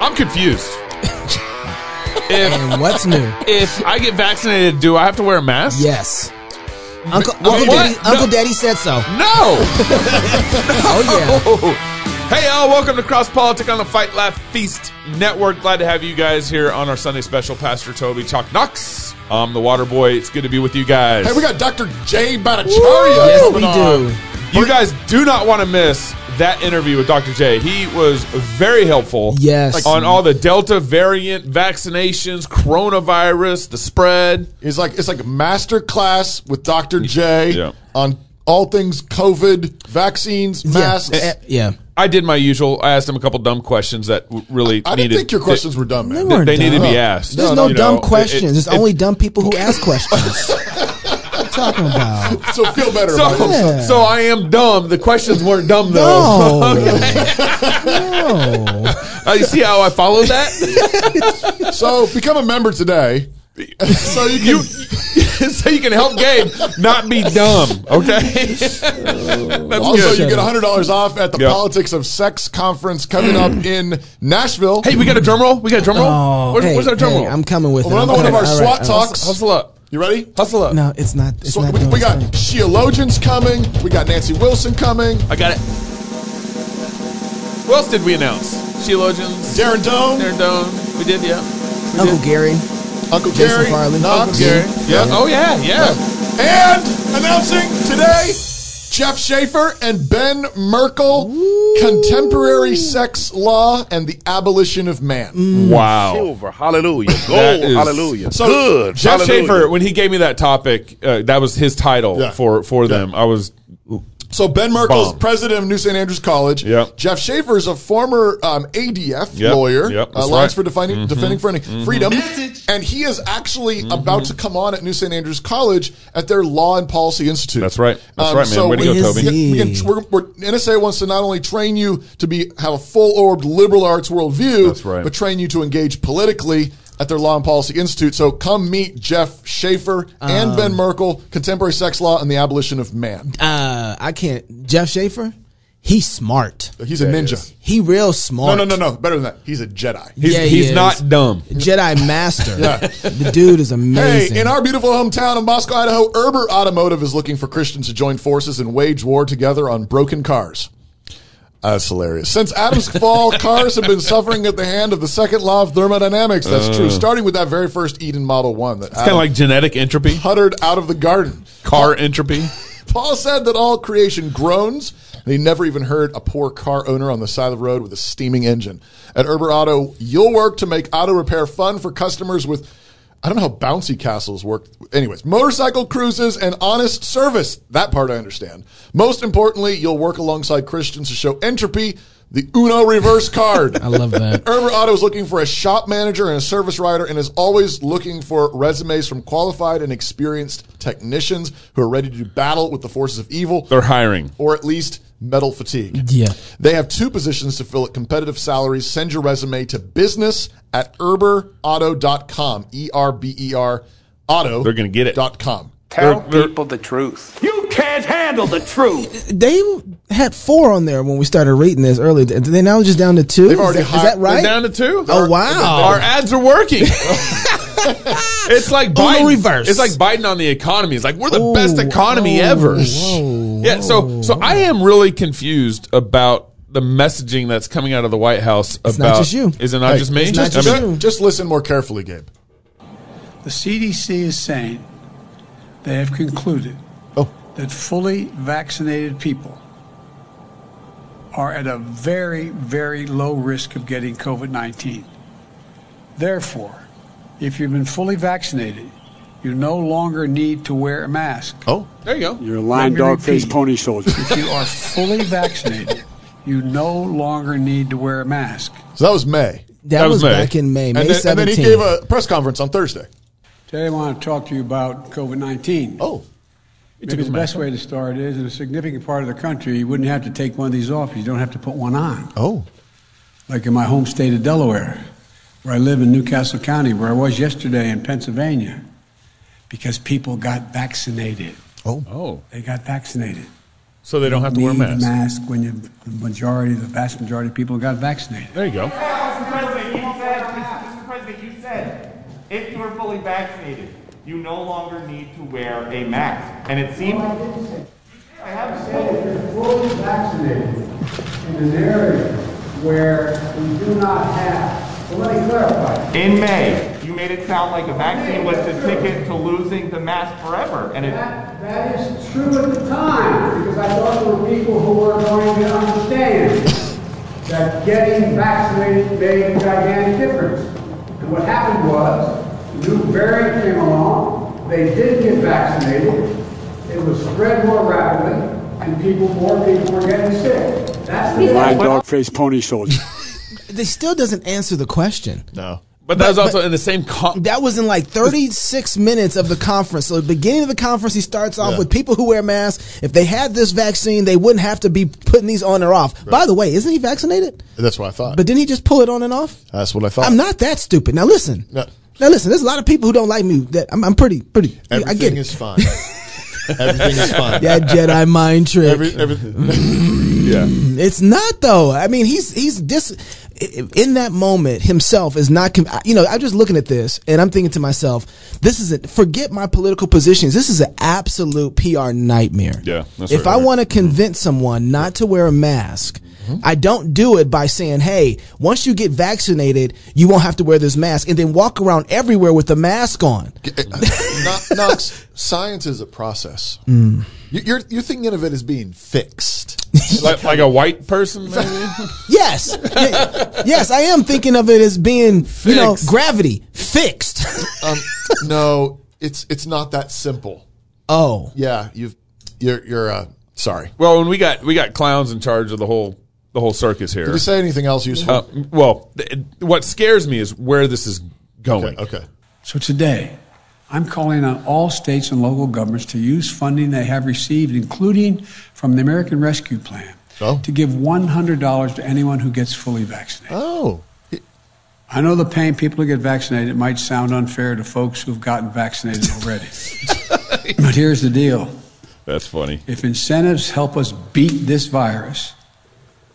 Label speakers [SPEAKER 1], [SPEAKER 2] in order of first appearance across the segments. [SPEAKER 1] I'm confused. if
[SPEAKER 2] And what's new?
[SPEAKER 1] if I get vaccinated, do I have to wear a mask?
[SPEAKER 2] Yes. Uncle,
[SPEAKER 1] Wait,
[SPEAKER 2] Uncle,
[SPEAKER 1] what?
[SPEAKER 2] Daddy,
[SPEAKER 1] No.
[SPEAKER 2] Uncle Daddy said so.
[SPEAKER 1] No.
[SPEAKER 2] Oh,
[SPEAKER 1] Hey y'all, welcome to Cross Politic on the Fight Laugh Feast Network. Glad to have you guys here on our Sunday special. Pastor Toby Chalk Knox. I'm the water boy. It's good to be with you guys.
[SPEAKER 3] Hey, we got Dr. J Bhattacharya.
[SPEAKER 2] yeah. Yes, we
[SPEAKER 3] coming on.
[SPEAKER 2] do.
[SPEAKER 1] you guys do not want to miss that interview with Dr. J. He was very helpful.
[SPEAKER 2] Yes.
[SPEAKER 1] On all the Delta variant vaccinations, coronavirus, the spread.
[SPEAKER 3] It's like it's like master class with Dr. J
[SPEAKER 1] Yeah.
[SPEAKER 3] on all things COVID, vaccines, masks.
[SPEAKER 2] Yeah. Eh, yeah.
[SPEAKER 1] I did my usual. I asked him a couple dumb questions that w- really
[SPEAKER 3] I
[SPEAKER 1] needed.
[SPEAKER 3] didn't think your questions were dumb, man.
[SPEAKER 2] They weren't
[SPEAKER 1] they need to
[SPEAKER 2] dumb.
[SPEAKER 1] be asked.
[SPEAKER 2] There's
[SPEAKER 1] No,
[SPEAKER 2] no,
[SPEAKER 1] no, you
[SPEAKER 2] dumb
[SPEAKER 1] know, it-
[SPEAKER 2] questions.
[SPEAKER 1] it-
[SPEAKER 2] There's
[SPEAKER 1] it-
[SPEAKER 2] only dumb people who ask questions. what are you talking about?
[SPEAKER 3] So feel better about
[SPEAKER 1] So,
[SPEAKER 3] yourself.
[SPEAKER 2] Yeah.
[SPEAKER 1] so I am dumb. The questions weren't dumb though.
[SPEAKER 2] No. no.
[SPEAKER 1] Uh, you see how I followed that?
[SPEAKER 3] So become a member today. so you can
[SPEAKER 1] you, so you can help Gabe not be dumb. Okay. That's
[SPEAKER 3] also
[SPEAKER 1] good.
[SPEAKER 3] you get hundred dollars off at the
[SPEAKER 1] Yeah. Mm.
[SPEAKER 3] Politics of Sex conference coming up in Nashville.
[SPEAKER 1] hey, we got a drum roll. We got a drum roll.
[SPEAKER 2] Oh,
[SPEAKER 1] Where's,
[SPEAKER 2] hey,
[SPEAKER 1] where's our drum
[SPEAKER 2] hey,
[SPEAKER 1] roll?
[SPEAKER 2] I'm coming with it.
[SPEAKER 3] Another
[SPEAKER 2] I'm
[SPEAKER 3] one of
[SPEAKER 2] coming.
[SPEAKER 3] our
[SPEAKER 2] All
[SPEAKER 3] SWAT
[SPEAKER 2] I'll-
[SPEAKER 3] talks.
[SPEAKER 1] Hustle up.
[SPEAKER 3] you ready?
[SPEAKER 1] Hustle up.
[SPEAKER 2] No, it's not. It's
[SPEAKER 3] So
[SPEAKER 2] not
[SPEAKER 3] we,
[SPEAKER 2] doing
[SPEAKER 3] we got
[SPEAKER 2] something.
[SPEAKER 3] Sheologians coming. We got Nancy Wilson coming.
[SPEAKER 1] I got it. Who else did we announce? Sheologians.
[SPEAKER 3] Darren Doan,
[SPEAKER 1] Darren Doan. We did, yeah.
[SPEAKER 2] Uncle Gary.
[SPEAKER 3] Uncle
[SPEAKER 2] Jason
[SPEAKER 3] Gary,
[SPEAKER 2] Farley.
[SPEAKER 3] Knox,
[SPEAKER 2] Uncle
[SPEAKER 1] Gary. Yeah. Oh yeah, yeah.
[SPEAKER 3] and announcing today, Jeff Schaefer and Ben Merkel, contemporary sex law and the abolition of man.
[SPEAKER 1] Wow.
[SPEAKER 4] Silver, hallelujah.
[SPEAKER 1] That
[SPEAKER 4] Gold,
[SPEAKER 1] is-
[SPEAKER 4] hallelujah.
[SPEAKER 3] So,
[SPEAKER 4] Good,
[SPEAKER 1] Jeff
[SPEAKER 4] hallelujah.
[SPEAKER 1] Schaefer, when he gave me that topic, uh, that was his title
[SPEAKER 3] Yeah.
[SPEAKER 1] for for them. I was
[SPEAKER 3] So Ben Merkel is
[SPEAKER 1] Bomb.
[SPEAKER 3] president of New St. Andrews College.
[SPEAKER 1] Yep.
[SPEAKER 3] Jeff Schaefer is a former um, ADF
[SPEAKER 1] Yep, yep,
[SPEAKER 3] lawyer,
[SPEAKER 1] that's
[SPEAKER 3] uh,
[SPEAKER 1] right. Mm-hmm.
[SPEAKER 3] Alliance for Defining, Defending Friendly- Freedom, and he is actually about to come on at New St. Andrews College at their Law and Policy Institute. Um,
[SPEAKER 1] That's right. That's right, man. Way to go,
[SPEAKER 3] we-
[SPEAKER 1] Toby.
[SPEAKER 3] We can, we can, we're, we're, NSA wants to not only train you to be have a full orbed liberal arts worldview,
[SPEAKER 1] That's right.
[SPEAKER 3] but train you to engage politically. At their Law and Policy Institute. So come meet Jeff Schaefer and Ben Merkel, Contemporary Sex Law and the Abolition of Man.
[SPEAKER 2] Uh, I can't. Jeff Schaefer. He's smart.
[SPEAKER 3] He's a ninja.
[SPEAKER 2] He real
[SPEAKER 3] No,
[SPEAKER 2] smart.
[SPEAKER 3] no, no, no. Better than that. He's a Jedi.
[SPEAKER 1] he's,
[SPEAKER 2] Yeah, he
[SPEAKER 1] he's
[SPEAKER 2] is.
[SPEAKER 1] not dumb.
[SPEAKER 2] Jedi master.
[SPEAKER 3] Yeah.
[SPEAKER 2] The dude is
[SPEAKER 3] Hey,
[SPEAKER 2] amazing.
[SPEAKER 3] in our beautiful hometown of Moscow, Idaho, Erber Automotive is looking for Christians to join forces and wage war together on broken cars. That's hilarious. Since Adam's fall, cars have been suffering at the hand of the second law of thermodynamics. That's true. Starting with that very first Eden Model 1 that
[SPEAKER 1] Kind
[SPEAKER 3] Adam
[SPEAKER 1] of like genetic entropy,
[SPEAKER 3] puttered out of the garden.
[SPEAKER 1] car entropy.
[SPEAKER 3] Paul said that all creation groans, and he never even heard a poor car owner on the side of the road with a steaming engine. At Urber Auto, you'll work to make auto repair fun for customers with, I don't know how bouncy castles work. Anyways, motorcycle cruises and honest service. That part I understand. Most importantly, you'll work alongside Christians to show entropy, the Uno reverse card.
[SPEAKER 2] I love that.
[SPEAKER 3] Urban Auto is looking for a shop manager and a service writer and is always looking for resumes from qualified and experienced technicians who are ready to battle with the forces of evil
[SPEAKER 1] They're hiring.
[SPEAKER 3] or at least metal fatigue.
[SPEAKER 2] Yeah.
[SPEAKER 3] They have two positions to fill at competitive salaries. Send your resume to business at erberauto.com. E R B E R auto.
[SPEAKER 1] They're gonna get it.
[SPEAKER 3] Dot com.
[SPEAKER 5] Tell
[SPEAKER 1] they're-
[SPEAKER 5] people the truth.
[SPEAKER 6] You can't handle the truth.
[SPEAKER 2] They had four on there when we started reading this earlier. They now just down to two.
[SPEAKER 3] They've already
[SPEAKER 2] is, that, is
[SPEAKER 3] hi-
[SPEAKER 2] that right?
[SPEAKER 1] We're down to two.
[SPEAKER 2] Oh, wow.
[SPEAKER 1] Our ads are working. it's like Biden.
[SPEAKER 2] Uno reverse.
[SPEAKER 1] It's like Biden on the economy. It's like we're the
[SPEAKER 2] Ooh,
[SPEAKER 1] best economy
[SPEAKER 2] oh,
[SPEAKER 1] ever.
[SPEAKER 2] whoa,
[SPEAKER 1] yeah. So so I am really confused about the messaging that's coming out of the White House about
[SPEAKER 2] not just you.
[SPEAKER 1] is it not
[SPEAKER 3] Hey,
[SPEAKER 1] just me?
[SPEAKER 2] it's not
[SPEAKER 1] I
[SPEAKER 2] just
[SPEAKER 1] mean,
[SPEAKER 2] you.
[SPEAKER 3] Just, just listen more carefully, Gabe.
[SPEAKER 7] The CDC is saying they have concluded
[SPEAKER 3] Oh.
[SPEAKER 7] that fully vaccinated people are at a very, very low risk of getting COVID 19. Therefore, if you've been fully vaccinated, you no longer need to wear a mask.
[SPEAKER 3] Oh.
[SPEAKER 1] There you go.
[SPEAKER 8] You're a lying
[SPEAKER 7] Let me
[SPEAKER 8] dog faced
[SPEAKER 7] repeat.
[SPEAKER 8] pony soldier.
[SPEAKER 7] If you are fully vaccinated, you no longer need to wear a mask.
[SPEAKER 3] So that was May.
[SPEAKER 2] that,
[SPEAKER 1] That was
[SPEAKER 2] was
[SPEAKER 1] May.
[SPEAKER 2] back in May, May
[SPEAKER 3] And then, and then he
[SPEAKER 2] 17th.
[SPEAKER 3] gave a press conference on Thursday.
[SPEAKER 7] Today, I want to talk to you about COVID 19.
[SPEAKER 3] Oh.
[SPEAKER 7] Maybe the best way to start is in a significant part of the country, you wouldn't have to take one of these off. You don't have to put one on.
[SPEAKER 3] Oh.
[SPEAKER 7] Like in my home state of Delaware, where I live in Newcastle County, where I was yesterday in Pennsylvania, because people got vaccinated.
[SPEAKER 3] Oh.
[SPEAKER 1] Oh,
[SPEAKER 7] They got vaccinated.
[SPEAKER 1] so they don't have to wear a
[SPEAKER 7] Need
[SPEAKER 1] mask.
[SPEAKER 7] when you, the majority, the vast majority of people got vaccinated.
[SPEAKER 1] There you go.
[SPEAKER 4] Mr. President, you said, Mr. President, you said, if you are fully vaccinated, you no longer need to wear a mask. And it seems. I haven't said
[SPEAKER 5] If you're fully vaccinated in an area where we do not have, well, let me clarify.
[SPEAKER 4] In May, you made it sound like a vaccine was the ticket to losing the mask forever, and it,
[SPEAKER 5] That, that is true at the time, because I thought there were people who were going to understand that getting vaccinated made a gigantic difference. And what happened was, the new variant came along, they didn't get vaccinated, it was spread more rapidly, and people, more people were getting sick. That's the.
[SPEAKER 7] My dog faced pony soldier.
[SPEAKER 2] They still doesn't answer the question.
[SPEAKER 3] No.
[SPEAKER 1] But that was also in the same con-
[SPEAKER 2] That was in like 36 minutes of the conference. So, the beginning of the conference, he starts off
[SPEAKER 3] Yeah.
[SPEAKER 2] with people who wear masks. If they had this vaccine, they wouldn't have to be putting these on or off. By the way, isn't he vaccinated?
[SPEAKER 3] That's what I thought.
[SPEAKER 2] But didn't he just pull it on and off?
[SPEAKER 3] That's what I thought.
[SPEAKER 2] I'm not that stupid. Now listen.
[SPEAKER 3] Oh. No.
[SPEAKER 2] Now listen. There's a lot of people who don't like me. That I'm, I'm pretty, pretty.
[SPEAKER 3] Everything
[SPEAKER 2] I get it.
[SPEAKER 3] is fine. Everything is fine.
[SPEAKER 2] that Jedi mind trick.
[SPEAKER 3] Every, everything. yeah.
[SPEAKER 2] It's not though. I mean, he's he's dis in that moment himself is not. com- You know, I'm just looking at this and I'm thinking to myself, this is a forget my political positions. This is an absolute PR nightmare.
[SPEAKER 1] Yeah, Mm-hmm. that's
[SPEAKER 2] if
[SPEAKER 1] right.
[SPEAKER 2] I want to convince someone not to wear a mask. I don't do it by saying, "Hey, once you get vaccinated, you won't have to wear this mask," and then walk around everywhere with the mask on.
[SPEAKER 3] Kno- Knox, science is a process.
[SPEAKER 2] Mm.
[SPEAKER 3] You- You're, you're thinking of it as being fixed.
[SPEAKER 1] like, like a white person, maybe.
[SPEAKER 2] Yes, Yeah. yes, I am thinking of it as being, you know,
[SPEAKER 1] Fixed.
[SPEAKER 2] gravity fixed.
[SPEAKER 3] Um, no, it's it's not that simple.
[SPEAKER 2] oh,
[SPEAKER 3] Yeah, you've you're you're uh, sorry.
[SPEAKER 1] well, when we got we got clowns in charge of the whole the whole circus here.
[SPEAKER 3] Did you say anything else useful?
[SPEAKER 1] Uh, well, th- what scares me is where this is going.
[SPEAKER 3] okay.
[SPEAKER 7] So today, I'm calling on all states and local governments to use funding they have received, including from the American Rescue Plan,
[SPEAKER 3] Oh.
[SPEAKER 7] to give $100 to anyone who gets fully vaccinated.
[SPEAKER 3] Oh,
[SPEAKER 7] I know the pain people who get vaccinated it might sound unfair to folks who've gotten vaccinated already. but here's the deal
[SPEAKER 1] That's funny.
[SPEAKER 7] if incentives help us beat this virus,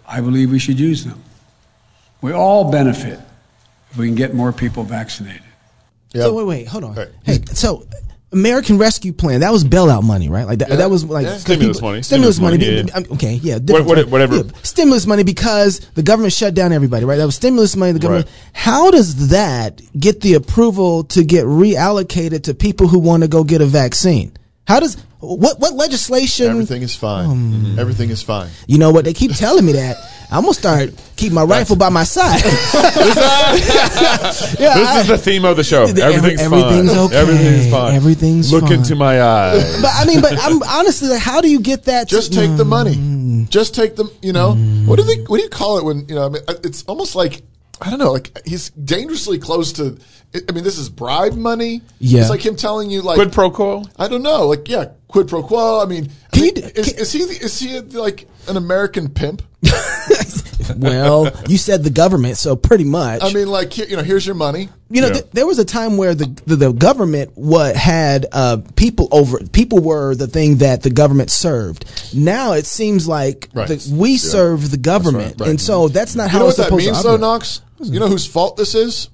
[SPEAKER 7] I believe we should use them. We all benefit if we can get more people vaccinated.
[SPEAKER 3] yeah.
[SPEAKER 2] So wait, wait, hold on.
[SPEAKER 3] All right.
[SPEAKER 2] Hey, so American Rescue Plan that was bailout money, right? Like that, that was like
[SPEAKER 3] Yeah.
[SPEAKER 2] the
[SPEAKER 1] Stimulus money.
[SPEAKER 2] Stimulus,
[SPEAKER 1] Stimulus
[SPEAKER 2] money.
[SPEAKER 1] money,
[SPEAKER 2] be-
[SPEAKER 1] yeah, yeah.
[SPEAKER 2] be- um, okay, yeah, different
[SPEAKER 1] what-
[SPEAKER 2] type.
[SPEAKER 1] whatever.
[SPEAKER 2] stimulus money because the government shut down everybody, right? That was stimulus money. The government.
[SPEAKER 1] Right.
[SPEAKER 2] How does that get the approval to get reallocated to people who want to go get a vaccine? How does what what legislation?
[SPEAKER 3] Everything is fine.
[SPEAKER 2] Um.
[SPEAKER 3] Everything is fine.
[SPEAKER 2] You know what? They keep telling me that. I'm gonna start keep my rifle by my side. yeah,
[SPEAKER 1] This
[SPEAKER 2] I-
[SPEAKER 1] is the theme of the show.
[SPEAKER 2] The-
[SPEAKER 1] Everything's
[SPEAKER 2] every- everything's
[SPEAKER 1] fine.
[SPEAKER 2] okay.
[SPEAKER 1] Everything's fine.
[SPEAKER 2] Everything's
[SPEAKER 1] Look
[SPEAKER 2] fine.
[SPEAKER 1] into my eyes.
[SPEAKER 2] but I mean, but I'm honestly, like, how do you get that?
[SPEAKER 3] Just take the money. Just take the. You know what do they? What do you call it when you know? I mean, uh, it's almost like I don't know. Like he's dangerously close to. I mean, this is bribe money.
[SPEAKER 2] Yeah.
[SPEAKER 3] it's like him telling you like
[SPEAKER 1] Quid pro quo.
[SPEAKER 3] I don't know. Like, yeah, quid pro quo. I mean, I
[SPEAKER 2] Can you
[SPEAKER 3] mean,
[SPEAKER 2] d-
[SPEAKER 3] is,
[SPEAKER 2] can-
[SPEAKER 3] is he is he like an American pimp?
[SPEAKER 2] well, you said the government, so pretty much.
[SPEAKER 3] I mean, like, here, you know, here's your money.
[SPEAKER 2] you know,
[SPEAKER 1] Yeah.
[SPEAKER 2] th- there was a time where the the, the government what had uh, people over people were the thing that the government served. Now it seems like
[SPEAKER 3] Right.
[SPEAKER 2] the, we serve the government,
[SPEAKER 3] right.
[SPEAKER 2] and so that's not
[SPEAKER 3] You
[SPEAKER 2] how
[SPEAKER 3] know
[SPEAKER 2] it's
[SPEAKER 3] what that
[SPEAKER 2] supposed
[SPEAKER 3] means,
[SPEAKER 2] to
[SPEAKER 3] though,
[SPEAKER 2] operate.
[SPEAKER 3] Knox? You know whose fault this is?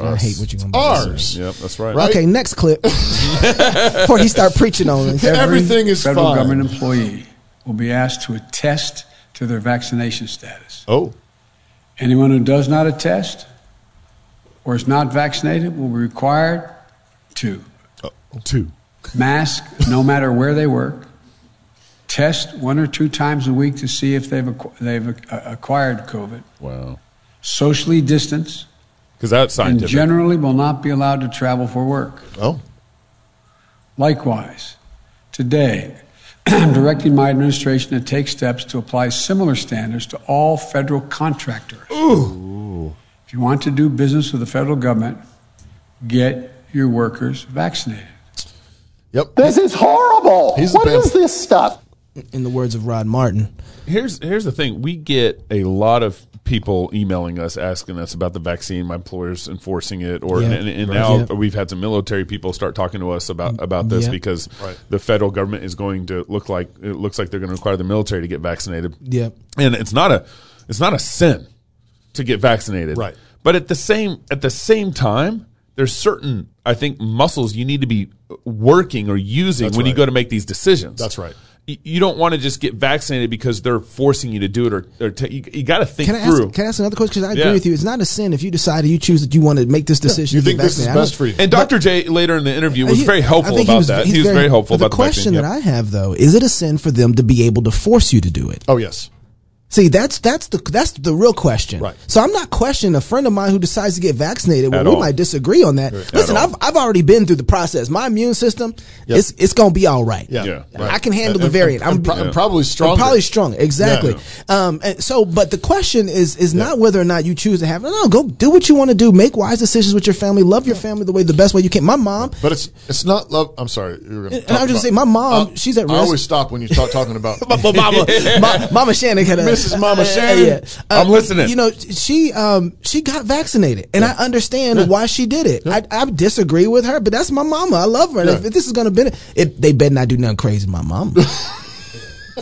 [SPEAKER 2] I hate what you're gonna do.
[SPEAKER 3] Ours.
[SPEAKER 1] Yep, that's right.
[SPEAKER 3] Right?
[SPEAKER 2] Okay, next clip. Before he start preaching on it.
[SPEAKER 3] Everything is
[SPEAKER 7] federal
[SPEAKER 3] fine.
[SPEAKER 7] government employee will be asked to attest to their vaccination status.
[SPEAKER 3] Oh,
[SPEAKER 7] Anyone who does not attest or is not vaccinated will be required to
[SPEAKER 3] oh, two.
[SPEAKER 7] mask no matter where they work, test one or two times a week to see if they've acqu- they've uh, acquired COVID,
[SPEAKER 1] Wow.
[SPEAKER 7] socially distance,
[SPEAKER 1] Because that's
[SPEAKER 7] and
[SPEAKER 1] scientific.
[SPEAKER 7] generally will not be allowed to travel for work.
[SPEAKER 3] Oh,
[SPEAKER 7] Likewise, today, I'm directing my administration to take steps to apply similar standards to all federal contractors. If you want to do business with the federal government, get your workers vaccinated.
[SPEAKER 3] yep.
[SPEAKER 8] This is horrible.
[SPEAKER 3] He's a
[SPEAKER 8] what
[SPEAKER 3] pimp.
[SPEAKER 8] is this stuff?
[SPEAKER 2] In the words of Rod Martin,
[SPEAKER 1] here's here's the thing. We get a lot of people emailing us asking us about the vaccine. My employer's enforcing it, or
[SPEAKER 2] Yeah.
[SPEAKER 1] and, and
[SPEAKER 2] Right.
[SPEAKER 1] now
[SPEAKER 2] Yeah.
[SPEAKER 1] we've had some military people start talking to us about about this
[SPEAKER 2] Yeah.
[SPEAKER 1] because
[SPEAKER 3] Right.
[SPEAKER 1] the federal government is going to look like it looks like they're going to require the military to get vaccinated.
[SPEAKER 2] Yep.
[SPEAKER 1] and it's not a it's not a sin. to get vaccinated.
[SPEAKER 3] Right.
[SPEAKER 1] But at the same at the same time, there's certain I think muscles you need to be working or using
[SPEAKER 3] That's
[SPEAKER 1] when you
[SPEAKER 3] right.
[SPEAKER 1] go to make these decisions.
[SPEAKER 3] That's right.
[SPEAKER 1] Y- You don't want to just get vaccinated because they're forcing you to do it, or, or t- you, you got to think
[SPEAKER 2] Can I
[SPEAKER 1] through.
[SPEAKER 2] ask? Can I ask another question? Because I agree
[SPEAKER 1] Yeah.
[SPEAKER 2] with you. It's not a sin if you decide you choose that you want to make this decision.
[SPEAKER 3] You
[SPEAKER 2] to get
[SPEAKER 3] think this is
[SPEAKER 2] vaccinated. I don't-
[SPEAKER 3] best for you?
[SPEAKER 1] and Dr. J later in the interview was
[SPEAKER 2] he-
[SPEAKER 1] very
[SPEAKER 2] I
[SPEAKER 1] helpful
[SPEAKER 2] think
[SPEAKER 1] about that. He was very, helpful
[SPEAKER 2] but
[SPEAKER 1] about
[SPEAKER 2] the question
[SPEAKER 1] the vaccine. Yep.
[SPEAKER 2] that I have though is: It a sin for them to be able to force you to do it?
[SPEAKER 3] oh yes,
[SPEAKER 2] See, that's that's the that's the real question.
[SPEAKER 3] Right.
[SPEAKER 2] So I'm not questioning a friend of mine who decides to get vaccinated. Well,
[SPEAKER 1] At
[SPEAKER 2] we
[SPEAKER 1] all.
[SPEAKER 2] might disagree on that. Listen,
[SPEAKER 1] all.
[SPEAKER 2] I've I've already been through the process. My immune system, it's it's gonna be all right.
[SPEAKER 3] yeah,
[SPEAKER 1] Yeah.
[SPEAKER 3] right.
[SPEAKER 2] I can handle the
[SPEAKER 3] And-
[SPEAKER 2] variant.
[SPEAKER 3] and-
[SPEAKER 2] I'm,
[SPEAKER 3] and pro-
[SPEAKER 2] I'm
[SPEAKER 3] and probably stronger.
[SPEAKER 2] probably strong. Exactly. Um, and so, but the question is is not whether or not you choose to have. No, no, go do what you want to do. Make wise decisions with your family. Love your family the way the best way you can. My mom,
[SPEAKER 3] But it's it's not love. I'm sorry. You were gonna
[SPEAKER 2] And
[SPEAKER 3] talk
[SPEAKER 2] I was just
[SPEAKER 3] about-
[SPEAKER 2] saying, my mom, she's at
[SPEAKER 3] I
[SPEAKER 2] risk.
[SPEAKER 3] always stop when you start talking about.
[SPEAKER 2] Mama, Ma- Mama Shannon had a
[SPEAKER 3] Mrs. Mama Shannon.
[SPEAKER 1] I'm listening.
[SPEAKER 2] Um, You know, she um she got vaccinated, and I understand why she did it. I, I disagree with her, but that's my mama. I love her. And
[SPEAKER 3] Yeah.
[SPEAKER 2] if, this is gonna benefit, if they better not do nothing crazy, to my mama.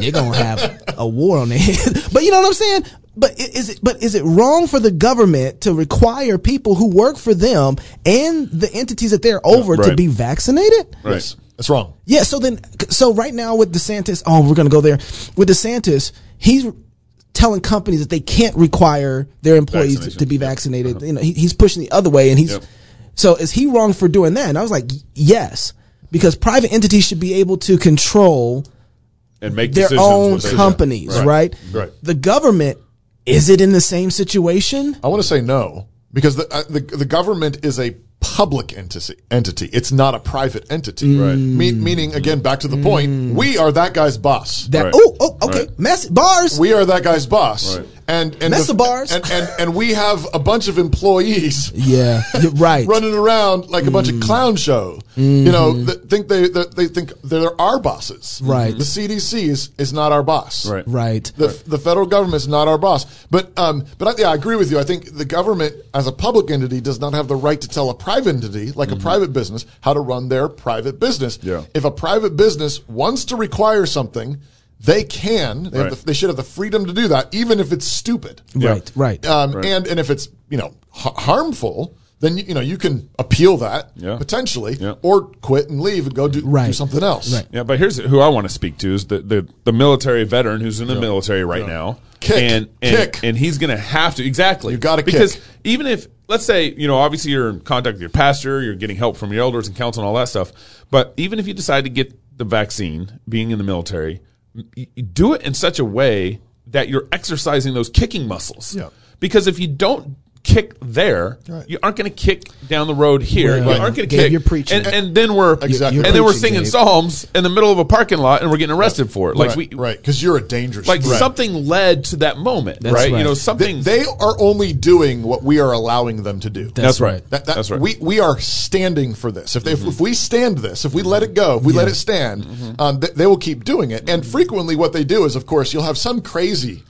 [SPEAKER 2] You're gonna have a war on their head. But you know what I'm saying. But i- is it but is it wrong for the government to require people who work for them and the entities that they're over to
[SPEAKER 1] Right.
[SPEAKER 2] be vaccinated?
[SPEAKER 1] Right.
[SPEAKER 3] That's wrong.
[SPEAKER 2] Yeah, so then, so right now with DeSantis, oh, we're going to go there. With DeSantis, he's telling companies that they can't require their employees
[SPEAKER 1] Vaccination.
[SPEAKER 2] to be
[SPEAKER 1] Yep.
[SPEAKER 2] vaccinated. You know, he, he's pushing the other way, and he's
[SPEAKER 1] Yep.
[SPEAKER 2] so is he wrong for doing that? And I was like, yes, because private entities should be able to control
[SPEAKER 1] And make
[SPEAKER 2] their
[SPEAKER 1] decisions
[SPEAKER 2] own
[SPEAKER 1] with it.
[SPEAKER 2] companies,
[SPEAKER 1] Right.
[SPEAKER 2] right?
[SPEAKER 3] Right.
[SPEAKER 2] The government is it in the same situation?
[SPEAKER 3] I want to say no because the, uh, the the government is a public entity. Entity. It's not a private
[SPEAKER 2] Mm.
[SPEAKER 3] entity. Right. Me- meaning again, back to the point. We are that guy's boss.
[SPEAKER 2] That
[SPEAKER 1] Right.
[SPEAKER 2] oh oh okay,
[SPEAKER 1] Right.
[SPEAKER 2] mess bars.
[SPEAKER 3] we are that guy's boss,
[SPEAKER 1] Right.
[SPEAKER 3] and and
[SPEAKER 2] That's the bars.
[SPEAKER 3] and, and and we have a bunch of employees
[SPEAKER 2] yeah, you're right. Mm. Mm-hmm.
[SPEAKER 3] running around like a bunch of clown show. You know, that think they that they think they're our bosses.
[SPEAKER 2] Right.
[SPEAKER 3] The CDC is is not our boss.
[SPEAKER 1] Right.
[SPEAKER 2] Right.
[SPEAKER 3] The, the federal government is not our boss, but um, but I, yeah, I agree with you. I think the government, as a public entity, does not have the right to tell a private entity, like a private business, how to run their private business.
[SPEAKER 1] Mm-hmm. Yeah.
[SPEAKER 3] If a private business wants to require something, they can. They,
[SPEAKER 1] Right.
[SPEAKER 3] have the, they should have the freedom to do that, even if it's stupid
[SPEAKER 2] Right, right.
[SPEAKER 3] um, and and if it's you know ha- harmful, then you, you know you can appeal that
[SPEAKER 1] Yeah.
[SPEAKER 3] potentially,
[SPEAKER 1] Yeah.
[SPEAKER 3] or quit and leave and go do, do
[SPEAKER 2] Right.
[SPEAKER 3] something else.
[SPEAKER 2] Right.
[SPEAKER 1] Yeah, but here's who I want to speak to is the, the, the military veteran who's in the military right now.
[SPEAKER 3] Kick.
[SPEAKER 1] And, and,
[SPEAKER 3] Kick.
[SPEAKER 1] and he's going to have to. Exactly.
[SPEAKER 3] You gotta
[SPEAKER 1] Because
[SPEAKER 3] kick.
[SPEAKER 1] even if, let's say, you know, obviously you're in contact with your pastor, you're getting help from your elders and counsel and all that stuff. But even if you decide to get the vaccine, being in the military, y- y- do it in such a way that you're exercising those kicking muscles.
[SPEAKER 3] Yeah.
[SPEAKER 1] Because if you don't kick there,
[SPEAKER 3] Right.
[SPEAKER 1] you aren't going to kick down the road here.
[SPEAKER 2] Well,
[SPEAKER 1] you aren't going to
[SPEAKER 2] Gabe,
[SPEAKER 1] kick.
[SPEAKER 2] you're preaching.
[SPEAKER 1] And, and then we're
[SPEAKER 3] Exactly.
[SPEAKER 1] and then we're
[SPEAKER 2] preaching,
[SPEAKER 1] singing
[SPEAKER 2] Gabe.
[SPEAKER 1] psalms in the middle of a parking lot and we're getting arrested for it. Like
[SPEAKER 3] Right,
[SPEAKER 1] we
[SPEAKER 3] right, because you're a dangerous.
[SPEAKER 1] like
[SPEAKER 3] threat.
[SPEAKER 1] something led to that moment,
[SPEAKER 2] That's
[SPEAKER 1] right? You
[SPEAKER 2] right.
[SPEAKER 1] know,
[SPEAKER 2] They-
[SPEAKER 1] something
[SPEAKER 3] They, they are only doing what we are allowing them to do.
[SPEAKER 1] That's right.
[SPEAKER 3] That, that,
[SPEAKER 1] That's right. Mm-hmm.
[SPEAKER 3] We we are standing for this. If they, if, if we stand this, if we let it go, if we let it stand, um, th- they will keep doing it. And
[SPEAKER 1] Mm-hmm.
[SPEAKER 3] frequently, what they do is, of course, you'll have some crazy.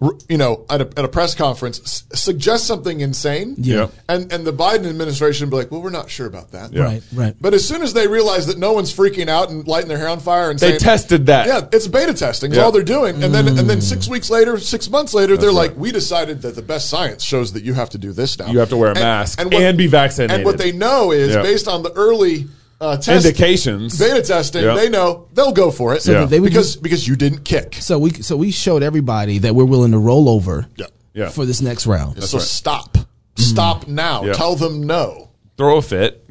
[SPEAKER 3] r- You know, at a, at a press conference, s- suggest something insane,
[SPEAKER 1] Yeah.
[SPEAKER 3] and and the Biden administration would be like, well, we're not sure about that,
[SPEAKER 2] Right, right.
[SPEAKER 3] But as soon as they realize that no one's freaking out and lighting their hair on fire and
[SPEAKER 1] They
[SPEAKER 3] saying-
[SPEAKER 1] tested that.
[SPEAKER 3] yeah, it's beta testing. Is
[SPEAKER 1] Yeah. Mm.
[SPEAKER 3] all they're doing, and then and then six weeks later, six months later, they're like, we decided that the best science shows that you have to do this now.
[SPEAKER 1] You have to wear a mask and be vaccinated.
[SPEAKER 3] And what they know is
[SPEAKER 1] Yeah.
[SPEAKER 3] based on the early. Uh, test,
[SPEAKER 1] Indications.
[SPEAKER 3] beta testing.
[SPEAKER 1] Yeah.
[SPEAKER 3] They know they'll go for it
[SPEAKER 1] Yeah.
[SPEAKER 2] they would
[SPEAKER 3] because because you didn't kick.
[SPEAKER 2] So we so we showed everybody that we're willing to roll over
[SPEAKER 3] Yeah.
[SPEAKER 1] Yeah.
[SPEAKER 2] for this next round.
[SPEAKER 3] so stop, stop now.
[SPEAKER 1] Mm-hmm. Yeah.
[SPEAKER 3] Tell them no.
[SPEAKER 1] throw a fit.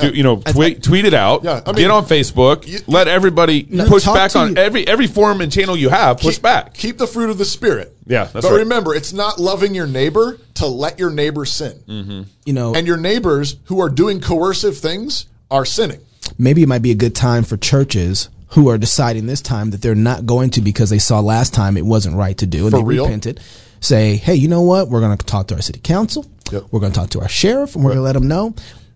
[SPEAKER 1] Do, you know, tweet, tweet it out.
[SPEAKER 3] Yeah, I
[SPEAKER 1] get
[SPEAKER 3] mean-
[SPEAKER 1] on Facebook.
[SPEAKER 3] You-
[SPEAKER 1] let everybody push
[SPEAKER 2] talk
[SPEAKER 1] back
[SPEAKER 2] to
[SPEAKER 1] on
[SPEAKER 2] you.
[SPEAKER 1] every every forum and channel you have. Push
[SPEAKER 3] keep,
[SPEAKER 1] back.
[SPEAKER 3] Keep the fruit of the spirit.
[SPEAKER 1] Yeah, that's
[SPEAKER 3] but
[SPEAKER 1] right.
[SPEAKER 3] remember, it's not loving your neighbor to let your neighbor sin.
[SPEAKER 1] Mm-hmm.
[SPEAKER 2] You know,
[SPEAKER 3] And your neighbors who are doing coercive things are sinning.
[SPEAKER 2] maybe it might be a good time for churches who are deciding this time that they're not going to because they saw last time it wasn't right to do and
[SPEAKER 3] For
[SPEAKER 2] they
[SPEAKER 3] real?
[SPEAKER 2] repented. Say, hey, you know what? We're going to talk to our city council.
[SPEAKER 3] Yep.
[SPEAKER 2] We're going to talk to our sheriff, and we're going to let them know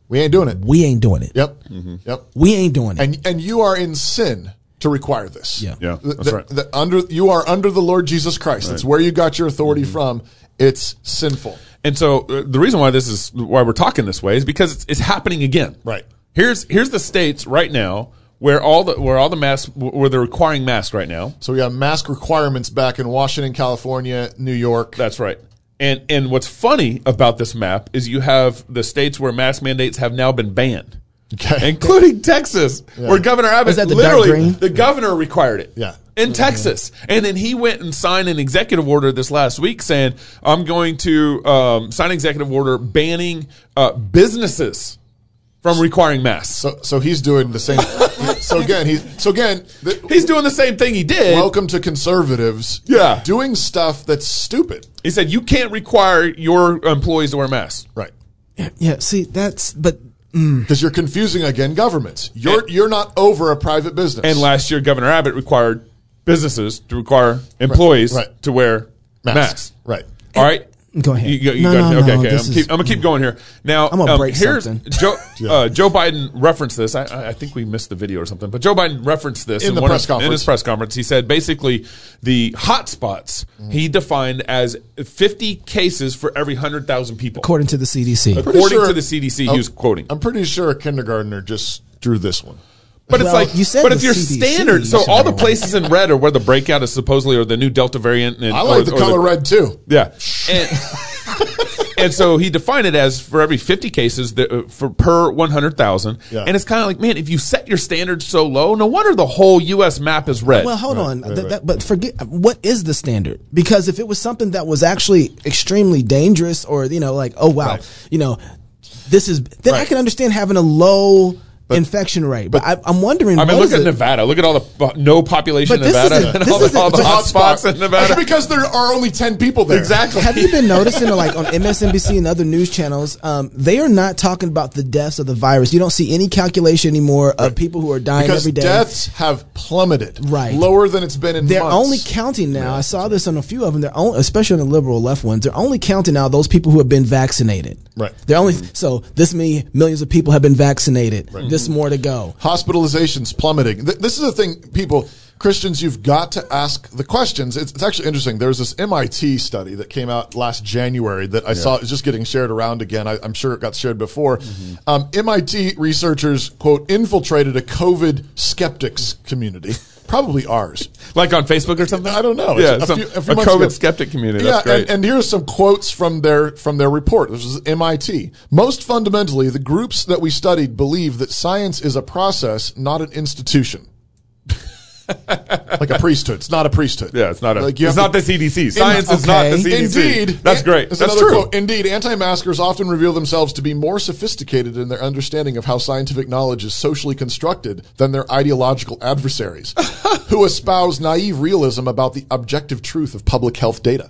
[SPEAKER 3] We ain't doing it.
[SPEAKER 2] we ain't doing it.
[SPEAKER 3] Yep.
[SPEAKER 1] Mm-hmm.
[SPEAKER 3] Yep.
[SPEAKER 2] We ain't doing it.
[SPEAKER 3] And and you are in sin to require this.
[SPEAKER 2] Yeah.
[SPEAKER 1] Yeah,
[SPEAKER 3] The-
[SPEAKER 1] that's
[SPEAKER 3] the-
[SPEAKER 1] right.
[SPEAKER 3] the under you are under the Lord Jesus Christ. That's where you got your authority
[SPEAKER 1] Mm-hmm.
[SPEAKER 3] from. It's sinful.
[SPEAKER 1] And so uh, the reason why this is why we're talking this way is because it's, it's happening again.
[SPEAKER 3] Right.
[SPEAKER 1] Here's here's the states right now where all the where all the masks where they're requiring masks right now.
[SPEAKER 3] So we got mask requirements back in Washington, California, New York.
[SPEAKER 1] That's right. And and what's funny about this map is you have the states where mask mandates have now been banned.
[SPEAKER 3] Okay.
[SPEAKER 1] Including Texas, where Governor Abbott
[SPEAKER 2] that the dark
[SPEAKER 1] literally
[SPEAKER 2] green?
[SPEAKER 1] the governor required it.
[SPEAKER 3] Yeah.
[SPEAKER 1] In Texas. And then he went and signed an executive order this last week saying, I'm going to um, sign an executive order banning uh, businesses from requiring masks.
[SPEAKER 3] So, so he's doing the same. so again, he's so again. th-
[SPEAKER 1] He's doing the same thing he did.
[SPEAKER 3] welcome to conservatives.
[SPEAKER 1] Yeah.
[SPEAKER 3] doing stuff that's stupid.
[SPEAKER 1] he said, You can't require your employees to wear masks.
[SPEAKER 3] Right,
[SPEAKER 2] Yeah, see, that's but
[SPEAKER 3] because you're confusing again governments. You're
[SPEAKER 1] And-
[SPEAKER 3] you're not over a private business.
[SPEAKER 1] And last year, Governor Abbott required businesses to require employees
[SPEAKER 3] Right.
[SPEAKER 1] to wear masks.
[SPEAKER 3] Right.
[SPEAKER 1] All right.
[SPEAKER 2] Go ahead.
[SPEAKER 1] You go- you
[SPEAKER 2] No,
[SPEAKER 1] go-
[SPEAKER 2] no,
[SPEAKER 1] okay,
[SPEAKER 2] no,
[SPEAKER 1] okay.
[SPEAKER 2] this
[SPEAKER 1] I'm, keep,
[SPEAKER 2] is-
[SPEAKER 1] I'm gonna keep going here. Now,
[SPEAKER 2] I'm gonna
[SPEAKER 1] um,
[SPEAKER 2] break
[SPEAKER 1] here's
[SPEAKER 2] something.
[SPEAKER 1] Joe. Uh, Joe Biden referenced this. I- I, I think we missed the video or something, but Joe Biden referenced this
[SPEAKER 3] In the
[SPEAKER 1] one
[SPEAKER 3] press
[SPEAKER 1] of- In
[SPEAKER 3] conference.
[SPEAKER 1] his press conference, he said basically the hot spots
[SPEAKER 3] Mm-hmm.
[SPEAKER 1] he defined as 50 cases for every hundred thousand people,
[SPEAKER 2] according to the CDC.
[SPEAKER 1] According to the CDC,
[SPEAKER 3] Oh,
[SPEAKER 1] he was quoting.
[SPEAKER 3] I'm pretty sure a kindergartner just drew this one.
[SPEAKER 1] But it's
[SPEAKER 2] Well,
[SPEAKER 1] like
[SPEAKER 2] you said
[SPEAKER 1] but
[SPEAKER 2] the
[SPEAKER 1] it's your
[SPEAKER 2] CDC.
[SPEAKER 1] standard. So
[SPEAKER 2] You said
[SPEAKER 1] all
[SPEAKER 2] the
[SPEAKER 1] the places in red are where the breakout is supposedly, or the new Delta variant. And,
[SPEAKER 3] I
[SPEAKER 1] or-
[SPEAKER 3] like the
[SPEAKER 1] or
[SPEAKER 3] color red too.
[SPEAKER 1] Yeah, and, and so he defined it as for every fifty cases that, uh, for per one hundred thousand.
[SPEAKER 3] Yeah.
[SPEAKER 1] And it's kind of like, man, if you set your standards so low, no wonder the whole U.S. map is red.
[SPEAKER 2] Well, hold on. That- that- but forget what is the standard? Because if it was something that was actually extremely dangerous, or you know, like oh wow, you know, this is then I
[SPEAKER 3] Right.
[SPEAKER 2] can understand having a low infection rate. But, I, I'm wondering.
[SPEAKER 1] I mean,
[SPEAKER 2] what
[SPEAKER 1] look
[SPEAKER 2] is
[SPEAKER 1] at
[SPEAKER 2] it?
[SPEAKER 1] Nevada. Look at all the po- no population in
[SPEAKER 2] But this
[SPEAKER 1] Nevada
[SPEAKER 2] isn't-
[SPEAKER 1] and
[SPEAKER 2] this
[SPEAKER 1] all the,
[SPEAKER 2] isn't-
[SPEAKER 1] all the
[SPEAKER 2] it's a
[SPEAKER 1] hot
[SPEAKER 2] hot
[SPEAKER 1] spots in Nevada.
[SPEAKER 3] That's because there are only ten people there.
[SPEAKER 1] exactly.
[SPEAKER 2] Have you been noticing, like on MSNBC and other news channels, um, they are not talking about the deaths of the virus. You don't see any calculation anymore of people who are dying
[SPEAKER 3] Because
[SPEAKER 2] every day.
[SPEAKER 3] deaths have plummeted.
[SPEAKER 2] Right.
[SPEAKER 3] Lower than it's been in
[SPEAKER 2] They're
[SPEAKER 3] months.
[SPEAKER 2] only counting now. I saw this on a few of them. They're only, especially on the liberal left ones. They're only counting now those people who have been vaccinated.
[SPEAKER 3] Right.
[SPEAKER 2] They're only so this many millions of people have been vaccinated. This more to go.
[SPEAKER 3] hospitalizations plummeting. Th- this is the thing, people, Christians, you've got to ask the questions. It's, it's actually interesting. There's this MIT study that came out last January that I saw is just getting shared around again. I, I'm sure it got shared before. Um, MIT researchers, quote, infiltrated a COVID skeptics community, probably ours.
[SPEAKER 1] like on Facebook or something?
[SPEAKER 3] I don't know.
[SPEAKER 1] Yeah,
[SPEAKER 3] It's
[SPEAKER 1] some- a
[SPEAKER 3] months
[SPEAKER 1] COVID skeptic community. That's
[SPEAKER 3] yeah,
[SPEAKER 1] great.
[SPEAKER 3] and, and here's some quotes from their from their report. This is MIT. Most fundamentally, the groups that we studied believe that science is a process, not an institution. like a priesthood. It's not a priesthood.
[SPEAKER 1] yeah, it's not a,
[SPEAKER 3] Like you
[SPEAKER 1] it's
[SPEAKER 3] have
[SPEAKER 1] not
[SPEAKER 3] to-
[SPEAKER 1] the CDC. Science is not the
[SPEAKER 2] okay.
[SPEAKER 1] CDC.
[SPEAKER 3] Indeed,
[SPEAKER 1] that's great.
[SPEAKER 3] That's
[SPEAKER 1] That's
[SPEAKER 3] another
[SPEAKER 1] true.
[SPEAKER 3] Quote. Indeed, anti-maskers often reveal themselves to be more sophisticated in their understanding of how scientific knowledge is socially constructed than their ideological adversaries, who espouse naive realism about the objective truth of public health data.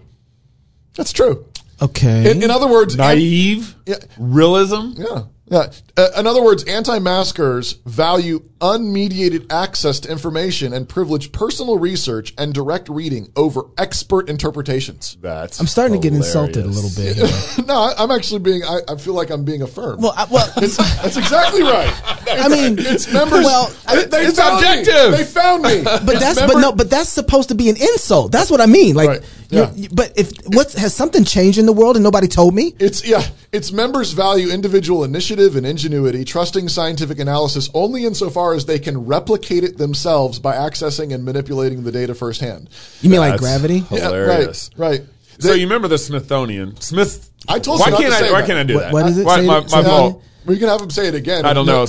[SPEAKER 3] That's true.
[SPEAKER 2] Okay.
[SPEAKER 3] In, in other words,
[SPEAKER 1] Naive
[SPEAKER 3] Yeah.
[SPEAKER 1] realism.
[SPEAKER 3] yeah. Yeah. Uh, in other words, anti-maskers value unmediated access to information and privilege personal research and direct reading over expert interpretations.
[SPEAKER 1] That's
[SPEAKER 2] I'm starting to get insulted a little bit. here.
[SPEAKER 3] No, I- I'm actually being. I, I feel like I'm being affirmed.
[SPEAKER 2] well, I, well,
[SPEAKER 3] it's, that's exactly right.
[SPEAKER 2] I mean,
[SPEAKER 3] It's members.
[SPEAKER 2] Well, I-
[SPEAKER 3] they, they
[SPEAKER 1] It's
[SPEAKER 3] found me.
[SPEAKER 1] objective.
[SPEAKER 3] They found me.
[SPEAKER 2] but that's but no, but that's supposed to be an insult. That's what I mean. Like,
[SPEAKER 3] Right.
[SPEAKER 2] you're-
[SPEAKER 3] Yeah.
[SPEAKER 2] you- but if what's has something changed in the world and nobody told me?
[SPEAKER 3] It's yeah. Its members value individual initiative and ingenuity, trusting scientific analysis only insofar as they can replicate it themselves by accessing and manipulating the data firsthand.
[SPEAKER 2] You mean like gravity?
[SPEAKER 3] Yeah,
[SPEAKER 1] Hilarious.
[SPEAKER 3] right. Right.
[SPEAKER 1] so you remember the Smithsonian? Smith.
[SPEAKER 3] I told
[SPEAKER 1] why
[SPEAKER 3] you not
[SPEAKER 1] can't
[SPEAKER 3] to
[SPEAKER 1] I?
[SPEAKER 3] say
[SPEAKER 1] why
[SPEAKER 3] that.
[SPEAKER 1] can't I do
[SPEAKER 2] What-
[SPEAKER 1] that?
[SPEAKER 2] what is it?
[SPEAKER 1] Why,
[SPEAKER 2] Say
[SPEAKER 1] my
[SPEAKER 2] it-
[SPEAKER 1] my
[SPEAKER 2] say it
[SPEAKER 1] fault.
[SPEAKER 2] again.
[SPEAKER 3] we can have him say it again.
[SPEAKER 1] I don't
[SPEAKER 3] No,
[SPEAKER 1] know.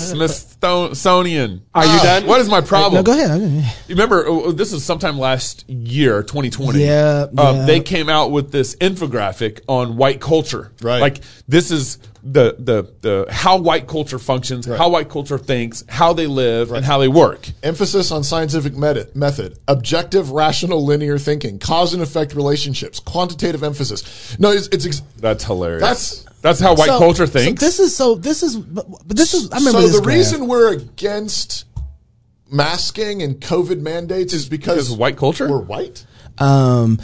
[SPEAKER 1] Smithsonian. Are
[SPEAKER 2] you done?
[SPEAKER 1] What is my problem?
[SPEAKER 2] Ah. No, go ahead.
[SPEAKER 1] You Remember, oh, oh, this is sometime last year, 2020.
[SPEAKER 2] Yeah,
[SPEAKER 1] Um,
[SPEAKER 2] yeah.
[SPEAKER 1] They came out with this infographic on white culture.
[SPEAKER 3] Right.
[SPEAKER 1] Like this is the the the how white culture functions, how white culture thinks, how they live, and how they work.
[SPEAKER 3] Emphasis on scientific method, method, objective, rational, linear thinking, cause and effect relationships, quantitative emphasis. No, it's, it's ex-
[SPEAKER 1] That's hilarious.
[SPEAKER 3] That's-
[SPEAKER 1] that's how white
[SPEAKER 2] So-
[SPEAKER 1] culture
[SPEAKER 2] so
[SPEAKER 1] thinks.
[SPEAKER 2] this is so. This is but, but this is. I remember
[SPEAKER 3] so
[SPEAKER 2] this
[SPEAKER 3] the
[SPEAKER 2] graph.
[SPEAKER 3] reason we're against masking and COVID mandates is because,
[SPEAKER 1] Because of white culture?
[SPEAKER 3] We're white.
[SPEAKER 2] um,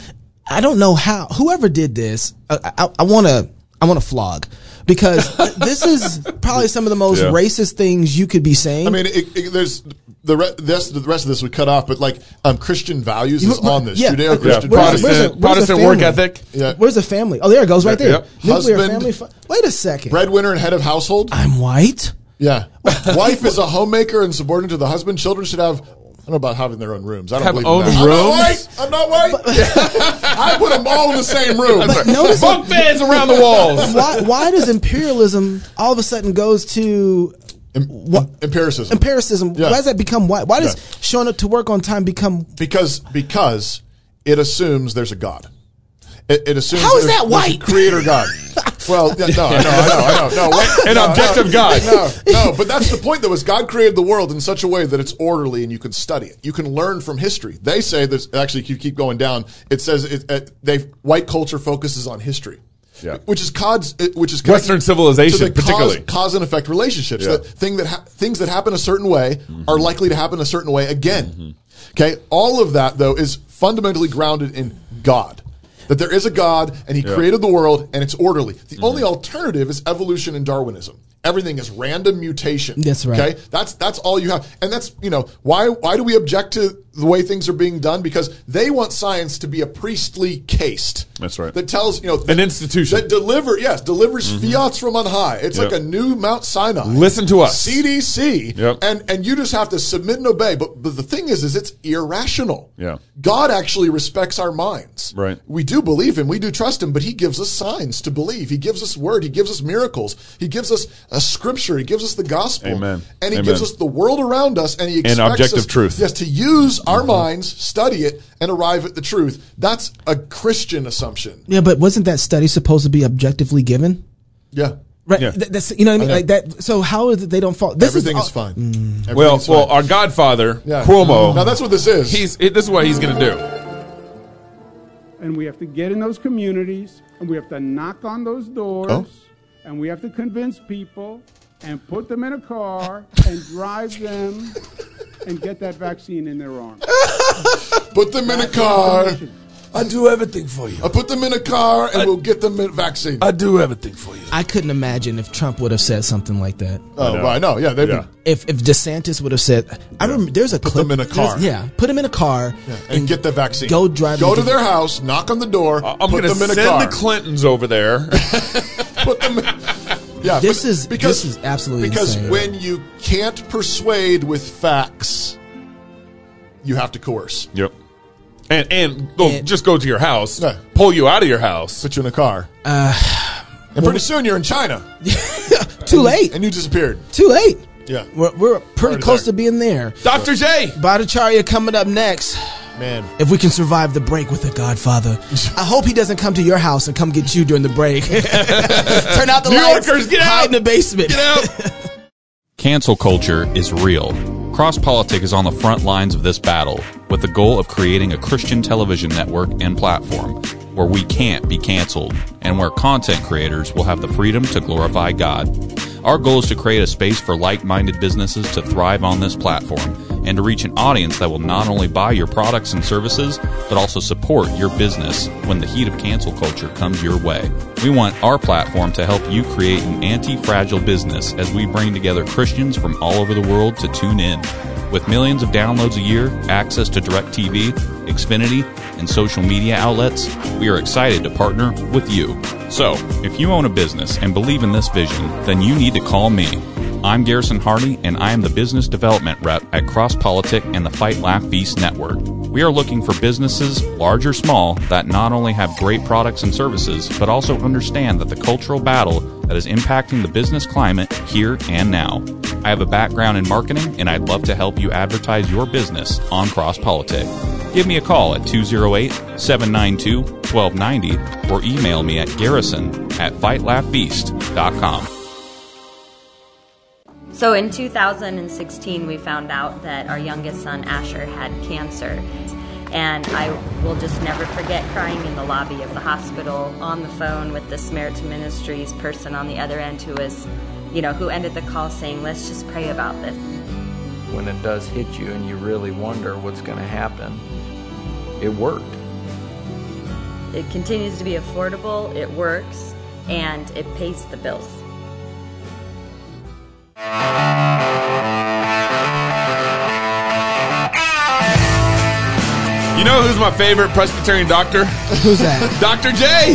[SPEAKER 2] I don't know how whoever did this. uh, I- I I want to I want to flog because th- this is probably some of the most
[SPEAKER 1] Yeah.
[SPEAKER 2] racist things you could be saying.
[SPEAKER 3] I mean, it, it, there's the re- this, the rest of this we cut off, but like um, Christian values is on this.
[SPEAKER 2] Yeah.
[SPEAKER 1] yeah,
[SPEAKER 3] Judeo-Christian
[SPEAKER 2] Where's-
[SPEAKER 1] Protestant,
[SPEAKER 2] where's the- where's the
[SPEAKER 1] Protestant work
[SPEAKER 2] family?
[SPEAKER 1] ethic.
[SPEAKER 3] Yeah.
[SPEAKER 2] Where's the family? Oh, there it goes right there.
[SPEAKER 1] Yep.
[SPEAKER 2] Nuclear
[SPEAKER 3] Husband-
[SPEAKER 2] family. Fi- Wait a second.
[SPEAKER 3] breadwinner and head of household.
[SPEAKER 2] I'm white.
[SPEAKER 3] Yeah, wife is a homemaker and subordinate to the husband. Children should have don't know about having their own rooms. I don't
[SPEAKER 1] Have
[SPEAKER 3] believe
[SPEAKER 1] own
[SPEAKER 3] in that.
[SPEAKER 1] rooms?
[SPEAKER 3] I'm not white. I'm not white. I put them all in the same room.
[SPEAKER 2] But notice-
[SPEAKER 1] Bunk beds around the walls.
[SPEAKER 2] why, why does imperialism all of a sudden goes to
[SPEAKER 3] Im- empiricism.
[SPEAKER 2] empiricism?
[SPEAKER 3] Yeah.
[SPEAKER 2] Why does that become white? Why does
[SPEAKER 3] Yeah.
[SPEAKER 2] showing up to work on time become?
[SPEAKER 3] because because it assumes there's a god. It, it assumes
[SPEAKER 2] How is
[SPEAKER 3] there's-
[SPEAKER 2] that
[SPEAKER 3] there's a
[SPEAKER 2] white?
[SPEAKER 3] creator god? Well, yeah, no, I know, I know, I know. No, wait,
[SPEAKER 1] An
[SPEAKER 3] no, no,
[SPEAKER 1] objective God.
[SPEAKER 3] No, no, but that's the point. Though, is God created the world in such a way that it's orderly and you can study it. You can learn from history. They say this. Actually, if you keep going down, it says it, uh, they white culture focuses on history.
[SPEAKER 1] Yeah.
[SPEAKER 3] Which is cod's, uh, which is
[SPEAKER 1] Western
[SPEAKER 3] connected to
[SPEAKER 1] civilization,
[SPEAKER 3] the cause-
[SPEAKER 1] particularly.
[SPEAKER 3] cause and effect relationships.
[SPEAKER 1] Yeah. Mm-hmm.
[SPEAKER 3] That thing that ha- things that happen a certain way are likely to happen a certain way again. Okay, all of that though is fundamentally grounded in God. That there is a God and He
[SPEAKER 1] Yeah. Mm-hmm.
[SPEAKER 3] created the world and it's orderly. The only alternative is evolution and Darwinism. Everything is random mutation.
[SPEAKER 2] That's right.
[SPEAKER 3] Okay, that's that's all you have, and that's you know why why do we object to the way things are being done because they want science to be a priestly caste.
[SPEAKER 1] That's right.
[SPEAKER 3] That tells you know
[SPEAKER 1] An institution.
[SPEAKER 3] that deliver yes delivers fiats from on high. It's
[SPEAKER 1] Mm-hmm. Yep.
[SPEAKER 3] like a new Mount Sinai.
[SPEAKER 1] Listen to us.
[SPEAKER 3] CDC,
[SPEAKER 1] Yep.
[SPEAKER 3] and and you just have to submit and obey. But, but the thing is, is it's irrational.
[SPEAKER 1] Yeah.
[SPEAKER 3] God actually respects our minds.
[SPEAKER 1] Right.
[SPEAKER 3] We do believe him. We do trust him. But he gives us signs to believe. He gives us word. He gives us miracles. He gives us a scripture. He gives us the gospel.
[SPEAKER 1] Amen.
[SPEAKER 3] And he
[SPEAKER 1] Amen.
[SPEAKER 3] gives us the world around us. And he expects
[SPEAKER 1] objective
[SPEAKER 3] us,
[SPEAKER 1] truth. Mm-hmm.
[SPEAKER 3] Yes, to use our minds, study it, and arrive at the truth. That's a Christian assumption.
[SPEAKER 2] Yeah, but wasn't that study supposed to be objectively given?
[SPEAKER 3] Yeah.
[SPEAKER 2] Right.
[SPEAKER 1] Yeah.
[SPEAKER 2] Th- that's you know what I mean.
[SPEAKER 3] know.
[SPEAKER 2] Like that. So how is it they don't fall? This
[SPEAKER 3] Everything
[SPEAKER 2] all-
[SPEAKER 3] is, fine. Everything
[SPEAKER 1] Oh. Well,
[SPEAKER 3] is fine.
[SPEAKER 1] well, our Godfather
[SPEAKER 3] Yeah.
[SPEAKER 1] Cuomo.
[SPEAKER 3] Now that's what this is.
[SPEAKER 1] he's it, this is what he's going to do. Uh,
[SPEAKER 9] and we have to get in those communities and we have to knock on those doors
[SPEAKER 3] Oh.
[SPEAKER 9] and we have to convince people and put them in a car and drive them and get that vaccine in their arms.
[SPEAKER 3] Put them in a car.
[SPEAKER 10] I do everything for you.
[SPEAKER 3] I put them in a car and we'll get them a vaccine.
[SPEAKER 10] I do everything for you.
[SPEAKER 2] I couldn't imagine if Trump would have said something like that.
[SPEAKER 3] oh, well, I know. Yeah, they've
[SPEAKER 1] Yeah.
[SPEAKER 3] been-
[SPEAKER 2] If if DeSantis would have said, I remember there's a put clip.
[SPEAKER 3] them in a
[SPEAKER 2] there's-
[SPEAKER 3] car.
[SPEAKER 2] Yeah, put him in a car
[SPEAKER 3] and, get the vaccine.
[SPEAKER 2] Go drive.
[SPEAKER 3] Go
[SPEAKER 2] and
[SPEAKER 3] to
[SPEAKER 2] get-
[SPEAKER 3] their house, knock on the door,
[SPEAKER 1] I- I'm
[SPEAKER 3] put
[SPEAKER 1] going to
[SPEAKER 3] them in
[SPEAKER 1] send
[SPEAKER 3] a car.
[SPEAKER 1] the Clintons over there.
[SPEAKER 3] put them. In, yeah,
[SPEAKER 2] This
[SPEAKER 3] but-
[SPEAKER 2] is- this is absolutely
[SPEAKER 3] because
[SPEAKER 2] insane.
[SPEAKER 3] when you can't persuade with facts, you have to coerce.
[SPEAKER 1] yep. And and they'll
[SPEAKER 2] And-
[SPEAKER 1] just go to your house,
[SPEAKER 3] Yeah.
[SPEAKER 1] pull you out of your house.
[SPEAKER 3] Put you in a car.
[SPEAKER 2] Uh,
[SPEAKER 3] and pretty soon you're in China
[SPEAKER 2] Too late.
[SPEAKER 3] and you disappeared.
[SPEAKER 2] Too late.
[SPEAKER 3] Yeah,
[SPEAKER 2] We're, we're pretty
[SPEAKER 3] Already
[SPEAKER 2] close
[SPEAKER 3] there.
[SPEAKER 2] to being there.
[SPEAKER 1] Dr. J.
[SPEAKER 2] Bhattacharya coming up next.
[SPEAKER 3] man.
[SPEAKER 2] If we can survive the break with the Godfather, I hope he doesn't come to your house and come get you during the break. Turn out the
[SPEAKER 1] New
[SPEAKER 2] lights.
[SPEAKER 1] Yorkers, get
[SPEAKER 2] Hide
[SPEAKER 1] out.
[SPEAKER 2] in the basement.
[SPEAKER 1] Get out.
[SPEAKER 11] Cancel culture is real. Crosspolitik is on the front lines of this battle with the goal of creating a Christian television network and platform where we can't be canceled and where content creators will have the freedom to glorify God. Our goal is to create a space for like minded businesses to thrive on this platform and to reach an audience that will not only buy your products and services, but also support your business when the heat of cancel culture comes your way. We want our platform to help you create an anti fragile business as we bring together Christians from all over the world to tune in. With millions of downloads a year, access to DirecTV, Xfinity, and social media outlets, we are excited to partner with you. So, if you own a business and believe in this vision, then you need to call me. I'm Garrison Hardy, and I am the business development rep at Cross Politic and the Fight Laugh Feast Network. We are looking for businesses, large or small, that not only have great products and services, but also understand that the cultural battle that is impacting the business climate here and now. I have a background in marketing, and I'd love to help you advertise your business on Cross Politic. Give me a call at 208 792 1290 or email me at garrison at fightlaughfeast.com.
[SPEAKER 12] So in 2016, we found out that our youngest son, Asher, had cancer. And I will just never forget crying in the lobby of the hospital on the phone with the Samaritan Ministries person on the other end who was, you know, who ended the call saying, let's just pray about this.
[SPEAKER 13] when it does hit you and you really wonder what's going to happen, it worked.
[SPEAKER 12] It continues to be affordable, it works, and it pays the bills.
[SPEAKER 1] You know who's my favorite Presbyterian doctor?
[SPEAKER 2] Who's that?
[SPEAKER 1] Dr. J.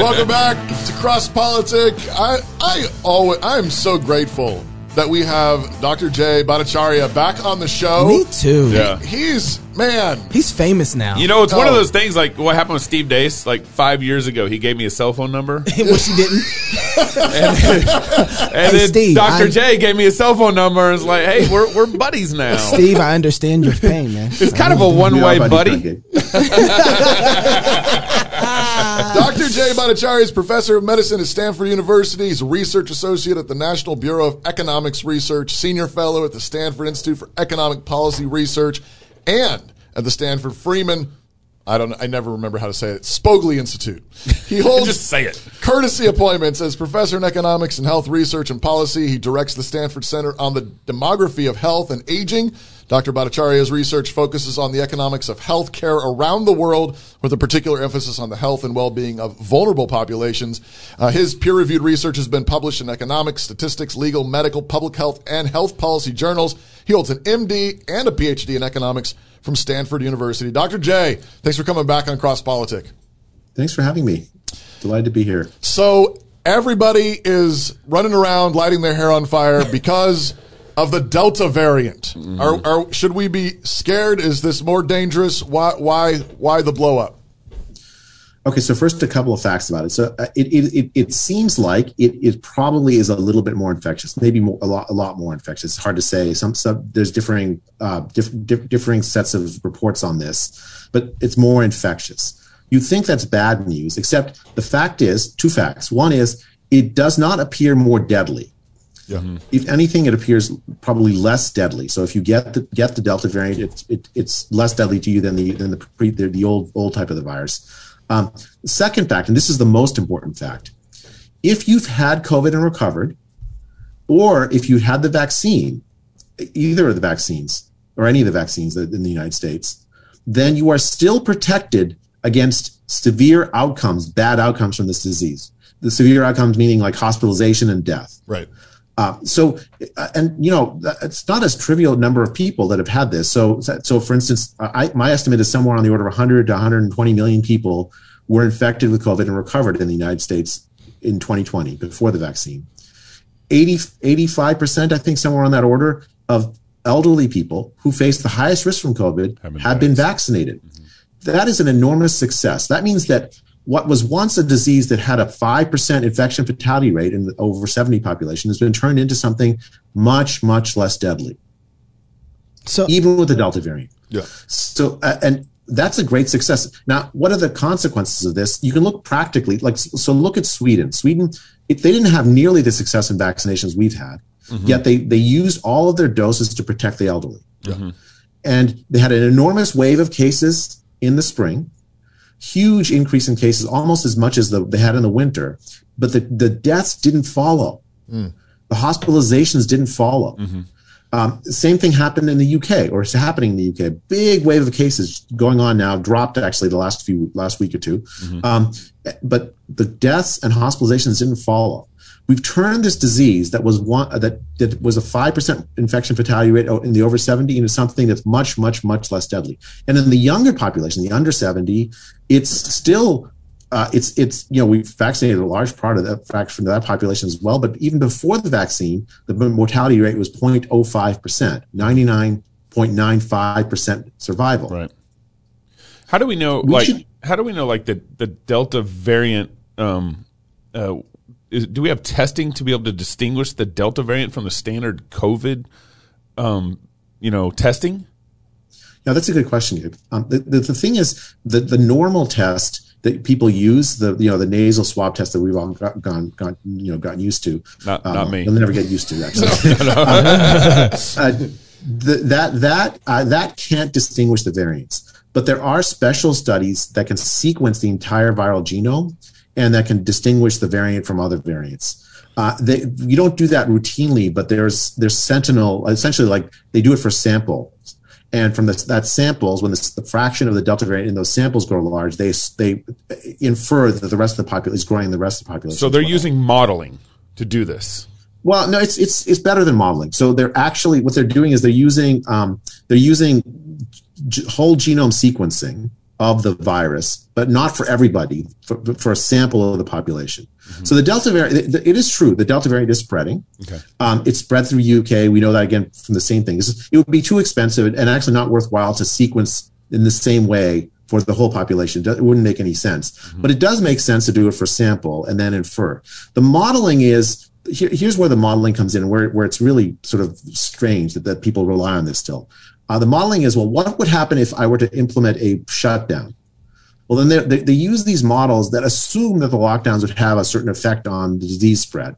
[SPEAKER 3] Welcome back to Cross Politic. I I always I am so grateful that we have Dr. Jay Bhattacharya back on the show.
[SPEAKER 2] Me too.
[SPEAKER 1] Yeah.
[SPEAKER 3] He's, man.
[SPEAKER 2] He's famous now.
[SPEAKER 1] You know, it's one
[SPEAKER 3] Oh.
[SPEAKER 1] of those things like what happened with Steve Dace. Like five years ago, he gave me a cell phone number.
[SPEAKER 2] Wish he didn't.
[SPEAKER 1] And then
[SPEAKER 2] Steve,
[SPEAKER 1] Dr.
[SPEAKER 2] I'm-
[SPEAKER 1] J gave me a cell phone number and was like, hey, we're, we're buddies now.
[SPEAKER 2] Steve, I understand your pain, man.
[SPEAKER 1] It's kind of a one way buddy.
[SPEAKER 2] Uh,
[SPEAKER 3] Dr. Jay Bhattacharya is professor of medicine at Stanford University. He's a research associate at the National Bureau of Economics Research, senior fellow at the Stanford Institute for Economic Policy Research, and at the Stanford Freeman. I don't. I never remember how to say it. Spogli Institute. He holds
[SPEAKER 1] Just say it.
[SPEAKER 3] courtesy appointments as professor in economics and health research and policy. He directs the Stanford Center on the Demography of Health and Aging. Dr. Bhattacharya's research focuses on the economics of health care around the world, with a particular emphasis on the health and well being of vulnerable populations. Uh, his peer reviewed research has been published in economics, statistics, legal, medical, public health, and health policy journals. He holds an MD and a PhD in economics from Stanford University. Dr. J, thanks for coming back on Cross Politic.
[SPEAKER 14] Thanks for having me. Delighted to be here.
[SPEAKER 3] So everybody is running around lighting their hair on fire because of the Delta variant. Are, are, should we be scared? Is this more dangerous? Why why why the blow up?
[SPEAKER 14] Okay, so first, a couple of facts about it. So uh, it, it, it, it seems like it, it probably is a little bit more infectious, maybe more, a lot a lot more infectious. It's hard to say. Some sub there's differing uh, diff, diff, differing sets of reports on this, but it's more infectious. You think that's bad news, except the fact is two facts. One is it does not appear more deadly.
[SPEAKER 3] Yeah.
[SPEAKER 14] if anything, it appears probably less deadly. So if you get the get the Delta variant, it's it, it's less deadly to you than the than the pre, the, the old old type of the virus. Um, second fact, and this is the most important fact: if you've had COVID and recovered, or if you had the vaccine, either of the vaccines or any of the vaccines that- in the United States, then you are still protected against severe outcomes, bad outcomes from this disease. The severe outcomes meaning like hospitalization and death.
[SPEAKER 3] Right.
[SPEAKER 14] Uh, so, uh, and you know, th- it's not a trivial number of people that have had this. So, so for instance, I, my estimate is somewhere on the order of 100 to 120 million people were infected with COVID and recovered in the United States in 2020 before the vaccine. 80, 85%, I think, somewhere on that order of elderly people who face the highest risk from COVID have been, vaccinated. That is an enormous success. That means that what was once a disease that had a 5% infection fatality rate in the over 70 population has been turned into something much, much less deadly.
[SPEAKER 2] So
[SPEAKER 14] even with the Delta variant.
[SPEAKER 3] Yeah.
[SPEAKER 14] So, uh, and that's a great success. Now, what are the consequences of this? You can look practically, like, so look at Sweden. Sweden, it, they didn't have nearly the success in vaccinations we've had,
[SPEAKER 15] Mhm.
[SPEAKER 14] yet they, they used all of their doses to protect the elderly. And they had an enormous wave of cases in the spring, huge increase in cases, almost as much as the, they had in the winter, but the, the deaths didn't follow. The hospitalizations didn't follow. Um, same thing happened in the UK, or it's happening in the UK. Big wave of cases going on now. Dropped actually the last few last week or 2 Um, but the deaths and hospitalizations didn't follow. We've turned this disease that was one that that was a five percent infection fatality rate in the over seventy into something that's much much much less deadly. And in the younger population, the under seventy, it's still uh, it's it's you know we've vaccinated a large part of that fraction of that population as well. But even before the vaccine, the mortality rate was 0.05 percent, 99.95 percent survival.
[SPEAKER 1] Right. How do we know?
[SPEAKER 14] We
[SPEAKER 1] like,
[SPEAKER 14] should-
[SPEAKER 1] how do we know? Like the the Delta variant. Um, uh, is, do we have testing to be able to distinguish the Delta variant from the standard COVID? Um, you know, testing.
[SPEAKER 14] Now that's a good question, Gabe. Um, the, the, the thing is, the, the normal test that people use, the you know the nasal swab test that we've all got, gone, gone you know gotten used to. uh,
[SPEAKER 1] Not- not me.
[SPEAKER 14] You'll never get used to actually.
[SPEAKER 1] No, no, no.
[SPEAKER 14] Uh, th- that that uh, that can't distinguish the variants, but there are special studies that can sequence the entire viral genome and that can distinguish the variant from other variants. Uh, they, you don't do that routinely, but there's there's sentinel essentially like they do it for samples, and from the, that samples when the, the fraction of the delta variant in those samples grow large, they they infer that the rest of the population is growing the rest of the population.
[SPEAKER 1] So they're using modeling to do this.
[SPEAKER 14] Well, no, it's it's it's better than modeling. So they're actually what they're doing is they're using um, they're using g- whole genome sequencing of the virus, but not for everybody, for, for a sample of the population. So the Delta variant, it- it is true, the Delta variant is spreading.
[SPEAKER 1] Okay.
[SPEAKER 14] Um, it spread through UK. We know that again from the same thing. This is- It would be too expensive and actually not worthwhile to sequence in the same way for the whole population. It wouldn't make any sense. But it does make sense to do it for sample and then infer. The modeling is here, here's where the modeling comes in, where where it's really sort of strange that, that people rely on this still. Uh, the modeling is well, what would happen if I were to implement a shutdown? Well, then they, they, they use these models that assume that the lockdowns would have a certain effect on the disease spread.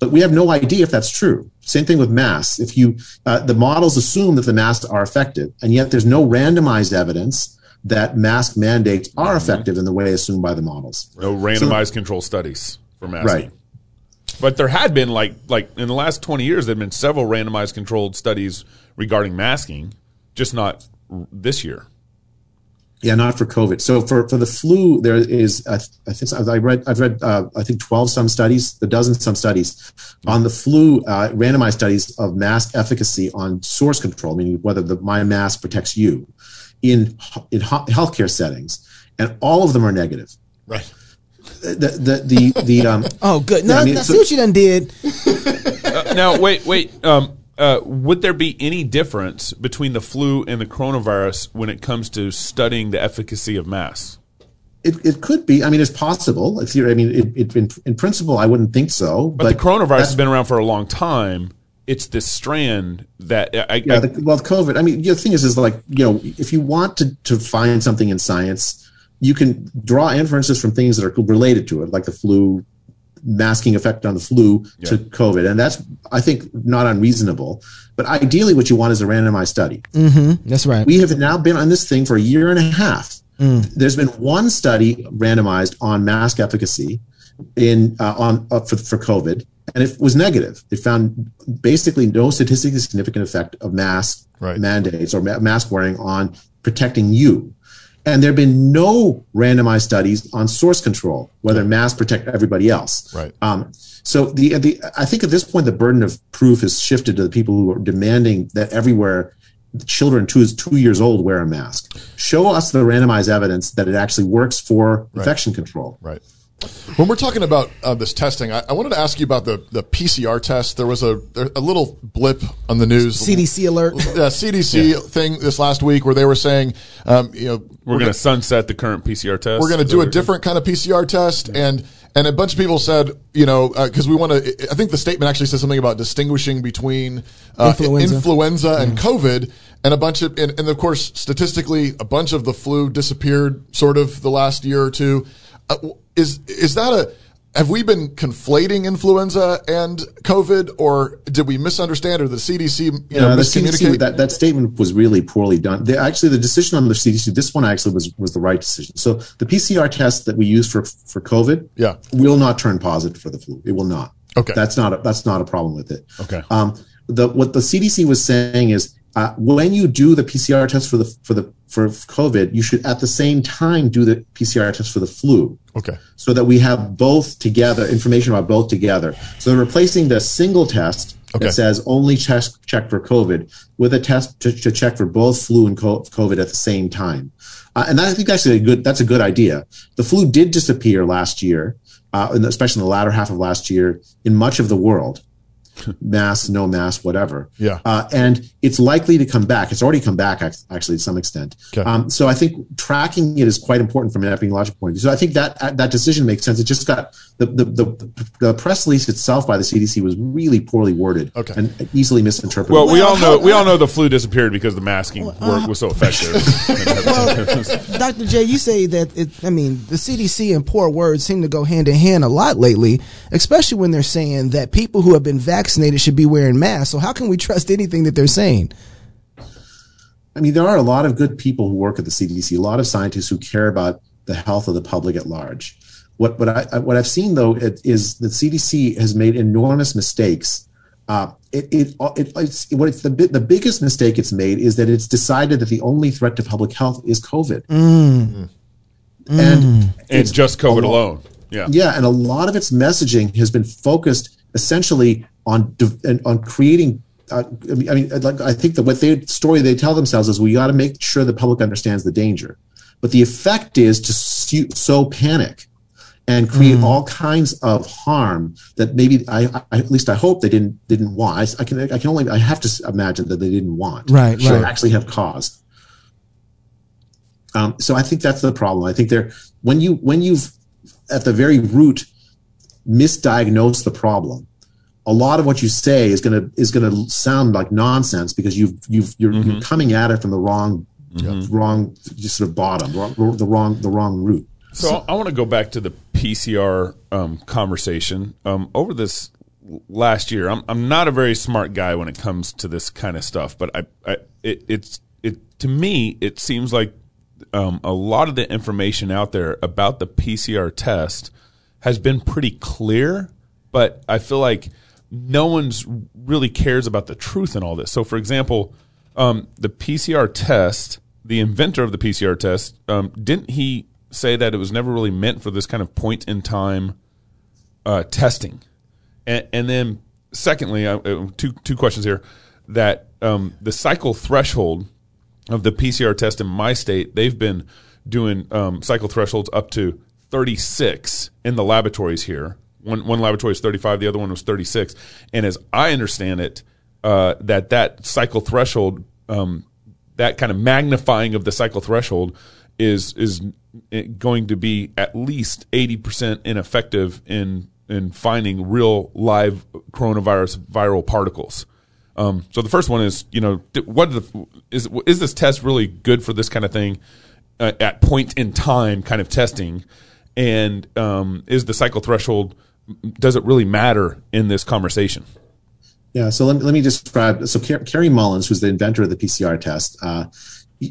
[SPEAKER 14] But we have no idea if that's true. Same thing with masks. If you, uh, the models assume that the masks are effective, and yet there's no randomized evidence that mask mandates are effective in the way assumed by the models.
[SPEAKER 1] No randomized control studies for masking.
[SPEAKER 14] Right.
[SPEAKER 1] E. But there had been like like in the last twenty years, there've been several randomized controlled studies regarding masking, just not r- this year.
[SPEAKER 14] Yeah, not for COVID. So for, for the flu, there is I th- I think I read I've read uh, I think twelve some studies, a dozen some studies on the flu, uh, randomized studies of mask efficacy on source control, meaning whether the my mask protects you, in h- in ho- healthcare settings, and all of them are negative.
[SPEAKER 1] Right.
[SPEAKER 14] The the the, the um.
[SPEAKER 2] Oh, good. No,
[SPEAKER 14] Yeah, I mean,
[SPEAKER 2] no,
[SPEAKER 14] so-
[SPEAKER 2] see what you done did.
[SPEAKER 1] Uh, now wait wait um, uh, would there be any difference between the flu and the coronavirus when it comes to studying the efficacy of masks?
[SPEAKER 14] It, it could be. I mean, it's possible. If you, I mean, it, it, in, in principle, I wouldn't think so.
[SPEAKER 1] But,
[SPEAKER 14] But,
[SPEAKER 1] the coronavirus has been around for a long time. It's this strand that I, I,
[SPEAKER 14] yeah, the, well, the COVID. I mean, the thing is, is like you know, if you want to to find something in science, you can draw inferences from things that are related to it, like the flu masking effect on the flu to
[SPEAKER 1] Yeah.
[SPEAKER 14] COVID, and that's I think not unreasonable. But ideally, what you want is a randomized study.
[SPEAKER 2] Mm-hmm. That's right.
[SPEAKER 14] We have now been on this thing for a year and a half.
[SPEAKER 2] Mm.
[SPEAKER 14] There's been one study randomized on mask efficacy in uh, on uh, for, for COVID, and it was negative. It found basically no statistically significant effect of mask mandates or ma- mask wearing on protecting you. And there have been no randomized studies on source control, whether masks protect everybody else.
[SPEAKER 3] Right.
[SPEAKER 14] Um, so the the I think at this point the burden of proof has shifted to the people who are demanding that everywhere children two two years old wear a mask. Show us the randomized evidence that it actually works for infection control.
[SPEAKER 3] Right. When we're talking about uh, this testing, I, I wanted to ask you about the, the PCR test. There was a a little blip on the news,
[SPEAKER 2] CDC alert.
[SPEAKER 3] uh, CDC thing this last week where they were saying, um, you know,
[SPEAKER 1] we're, going to sunset the current PCR test.
[SPEAKER 3] we're going to do a different kind of PCR test and and a bunch of people said you know because we want to I think the statement actually says something about distinguishing between uh, influenza.
[SPEAKER 2] Influenza.
[SPEAKER 3] and COVID and a bunch of and, and of course statistically a bunch of the flu disappeared sort of the last year or two uh, w- is is that a have we been conflating influenza and COVID, or did we misunderstand, or the CDC you know,
[SPEAKER 14] Uh, the
[SPEAKER 3] miscommunicate?
[SPEAKER 14] CDC, that, that statement was really poorly done. The, actually, the decision on the CDC, this one actually was was the right decision. So the PCR test that we use for for COVID,
[SPEAKER 3] Yeah.
[SPEAKER 14] will not turn positive for the flu. It will not.
[SPEAKER 3] Okay.
[SPEAKER 14] that's not a, that's not a problem with it.
[SPEAKER 1] Okay.
[SPEAKER 14] Um, the what the CDC was saying is uh, when you do the PCR test for the for the for COVID, you should at the same time do the PCR test for the flu,
[SPEAKER 3] okay.
[SPEAKER 14] so that we have both together information about both together. So they're replacing the single test
[SPEAKER 3] Okay.
[SPEAKER 14] that says only test check for COVID with a test to, to check for both flu and co- COVID at the same time. Uh, and I think that's a good that's a good idea. The flu did disappear last year, uh, and especially in the latter half of last year in much of the world mass, no mass, whatever.
[SPEAKER 3] Yeah.
[SPEAKER 14] Uh, and it's likely to come back. It's already come back, ac- actually, to some extent.
[SPEAKER 3] Okay.
[SPEAKER 14] Um, so I think tracking it is quite important from an epidemiological point of view. So I think that uh, that decision makes sense. It just got the the, the the press release itself by the CDC was really poorly worded
[SPEAKER 3] Okay.
[SPEAKER 14] and easily misinterpreted.
[SPEAKER 1] Well, we all know we all know the flu disappeared because the masking work was so effective.
[SPEAKER 2] Dr. J, you say that it, I mean the CDC and poor words seem to go hand in hand a lot lately, especially when they're saying that people who have been vaccinated should be wearing masks. So how can we trust anything that they're saying?
[SPEAKER 14] I mean, there are a lot of good people who work at the CDC, a lot of scientists who care about the health of the public at large. What what I I- what I've seen though it, is the CDC has made enormous mistakes. Uh, it, it, it it's what it's the bi- the biggest mistake it's made is that it's decided that the only threat to public health is COVID, and
[SPEAKER 1] and just COVID
[SPEAKER 14] a lot.
[SPEAKER 1] alone. Yeah.
[SPEAKER 14] yeah, and a lot of its messaging has been focused essentially on div- and on creating. Uh, I mean, I mean, like I think that what they story they tell themselves is we got to make sure the public understands the danger. But the effect is to su- sow panic and create
[SPEAKER 2] Hmm.
[SPEAKER 14] all kinds of harm that maybe I, I at least I hope they didn't didn't want. I, I can I can only I have to s- imagine that they didn't want.
[SPEAKER 2] Right,
[SPEAKER 14] Should
[SPEAKER 2] right.
[SPEAKER 14] actually have caused. Um, so I think that's the problem. I think they're when you when you've at the very root misdiagnosed the problem. A lot of what you say is gonna is gonna sound like nonsense because you've you've you're,
[SPEAKER 2] Mm-hmm.
[SPEAKER 14] you're coming at it from the wrong wrong just sort of bottom wrong, the wrong the wrong root.
[SPEAKER 1] So I want to go back to the PCR um, conversation. Um, over this last year, I'm I'm not a very smart guy when it comes to this kind of stuff, but I, I it, it's it to me it seems like um, a lot of the information out there about the PCR test has been pretty clear, but I feel like no one's really cares about the truth in all this. So, for example, um, the PCR test, the inventor of the PCR test, um, didn't he say that it was never really meant for this kind of point in time uh, testing? And, and then, secondly, I, uh, two two questions here. That um, the cycle threshold of the PCR test in my state, they've been doing um, cycle thresholds up to 36 in the laboratories here. One one laboratory is 35, the other one was 36. And as I understand it, uh, that that cycle threshold, um, that kind of magnifying of the cycle threshold, is is it going to be at least 80 percent ineffective in in finding real live coronavirus viral particles. Um, so the first one is, you know, d- what the, is is this test really good for this kind of thing uh, at point in time kind of testing, and um, is the cycle threshold does it really matter in this conversation?
[SPEAKER 14] Yeah, so let, me- let me describe. So Car- Kerry Mullins, who's the inventor of the PCR test, uh,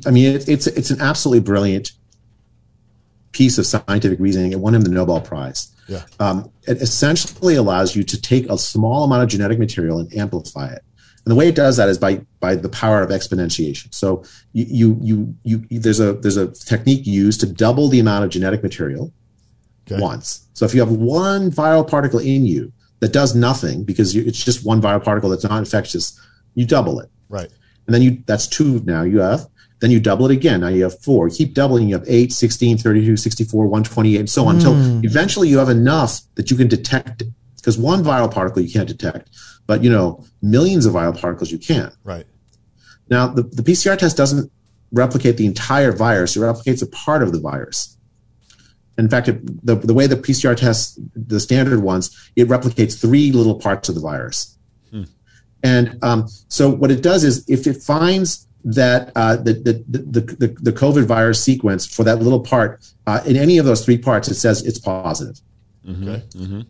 [SPEAKER 14] I mean, it, it's it's an absolutely brilliant piece of scientific reasoning. It won him the Nobel Prize.
[SPEAKER 3] Yeah.
[SPEAKER 14] Um, it essentially allows you to take a small amount of genetic material and amplify it. And the way it does that is by by the power of exponentiation. So you you you, you there's a there's a technique used to double the amount of genetic material once. So if you have one viral particle in you that does nothing because you, it's just one viral particle that's not infectious, you double it.
[SPEAKER 3] Right.
[SPEAKER 14] And then you that's two now you have. Then you double it again. Now you have four. You keep doubling. You have 8, 16, 32, 64, 128, and so on
[SPEAKER 15] Mm.
[SPEAKER 14] until eventually you have enough that you can detect it. Because one viral particle you can't detect, but you know, millions of viral particles you can.
[SPEAKER 3] Right.
[SPEAKER 14] Now, the, the PCR test doesn't replicate the entire virus, it replicates a part of the virus. In fact, it, the, the way the PCR test, the standard ones, it replicates three little parts of the virus.
[SPEAKER 15] Hmm.
[SPEAKER 14] And um, so what it does is if it finds that uh, the, the, the, the, the COVID virus sequence for that little part, uh, in any of those three parts, it says it's positive.
[SPEAKER 1] Okay.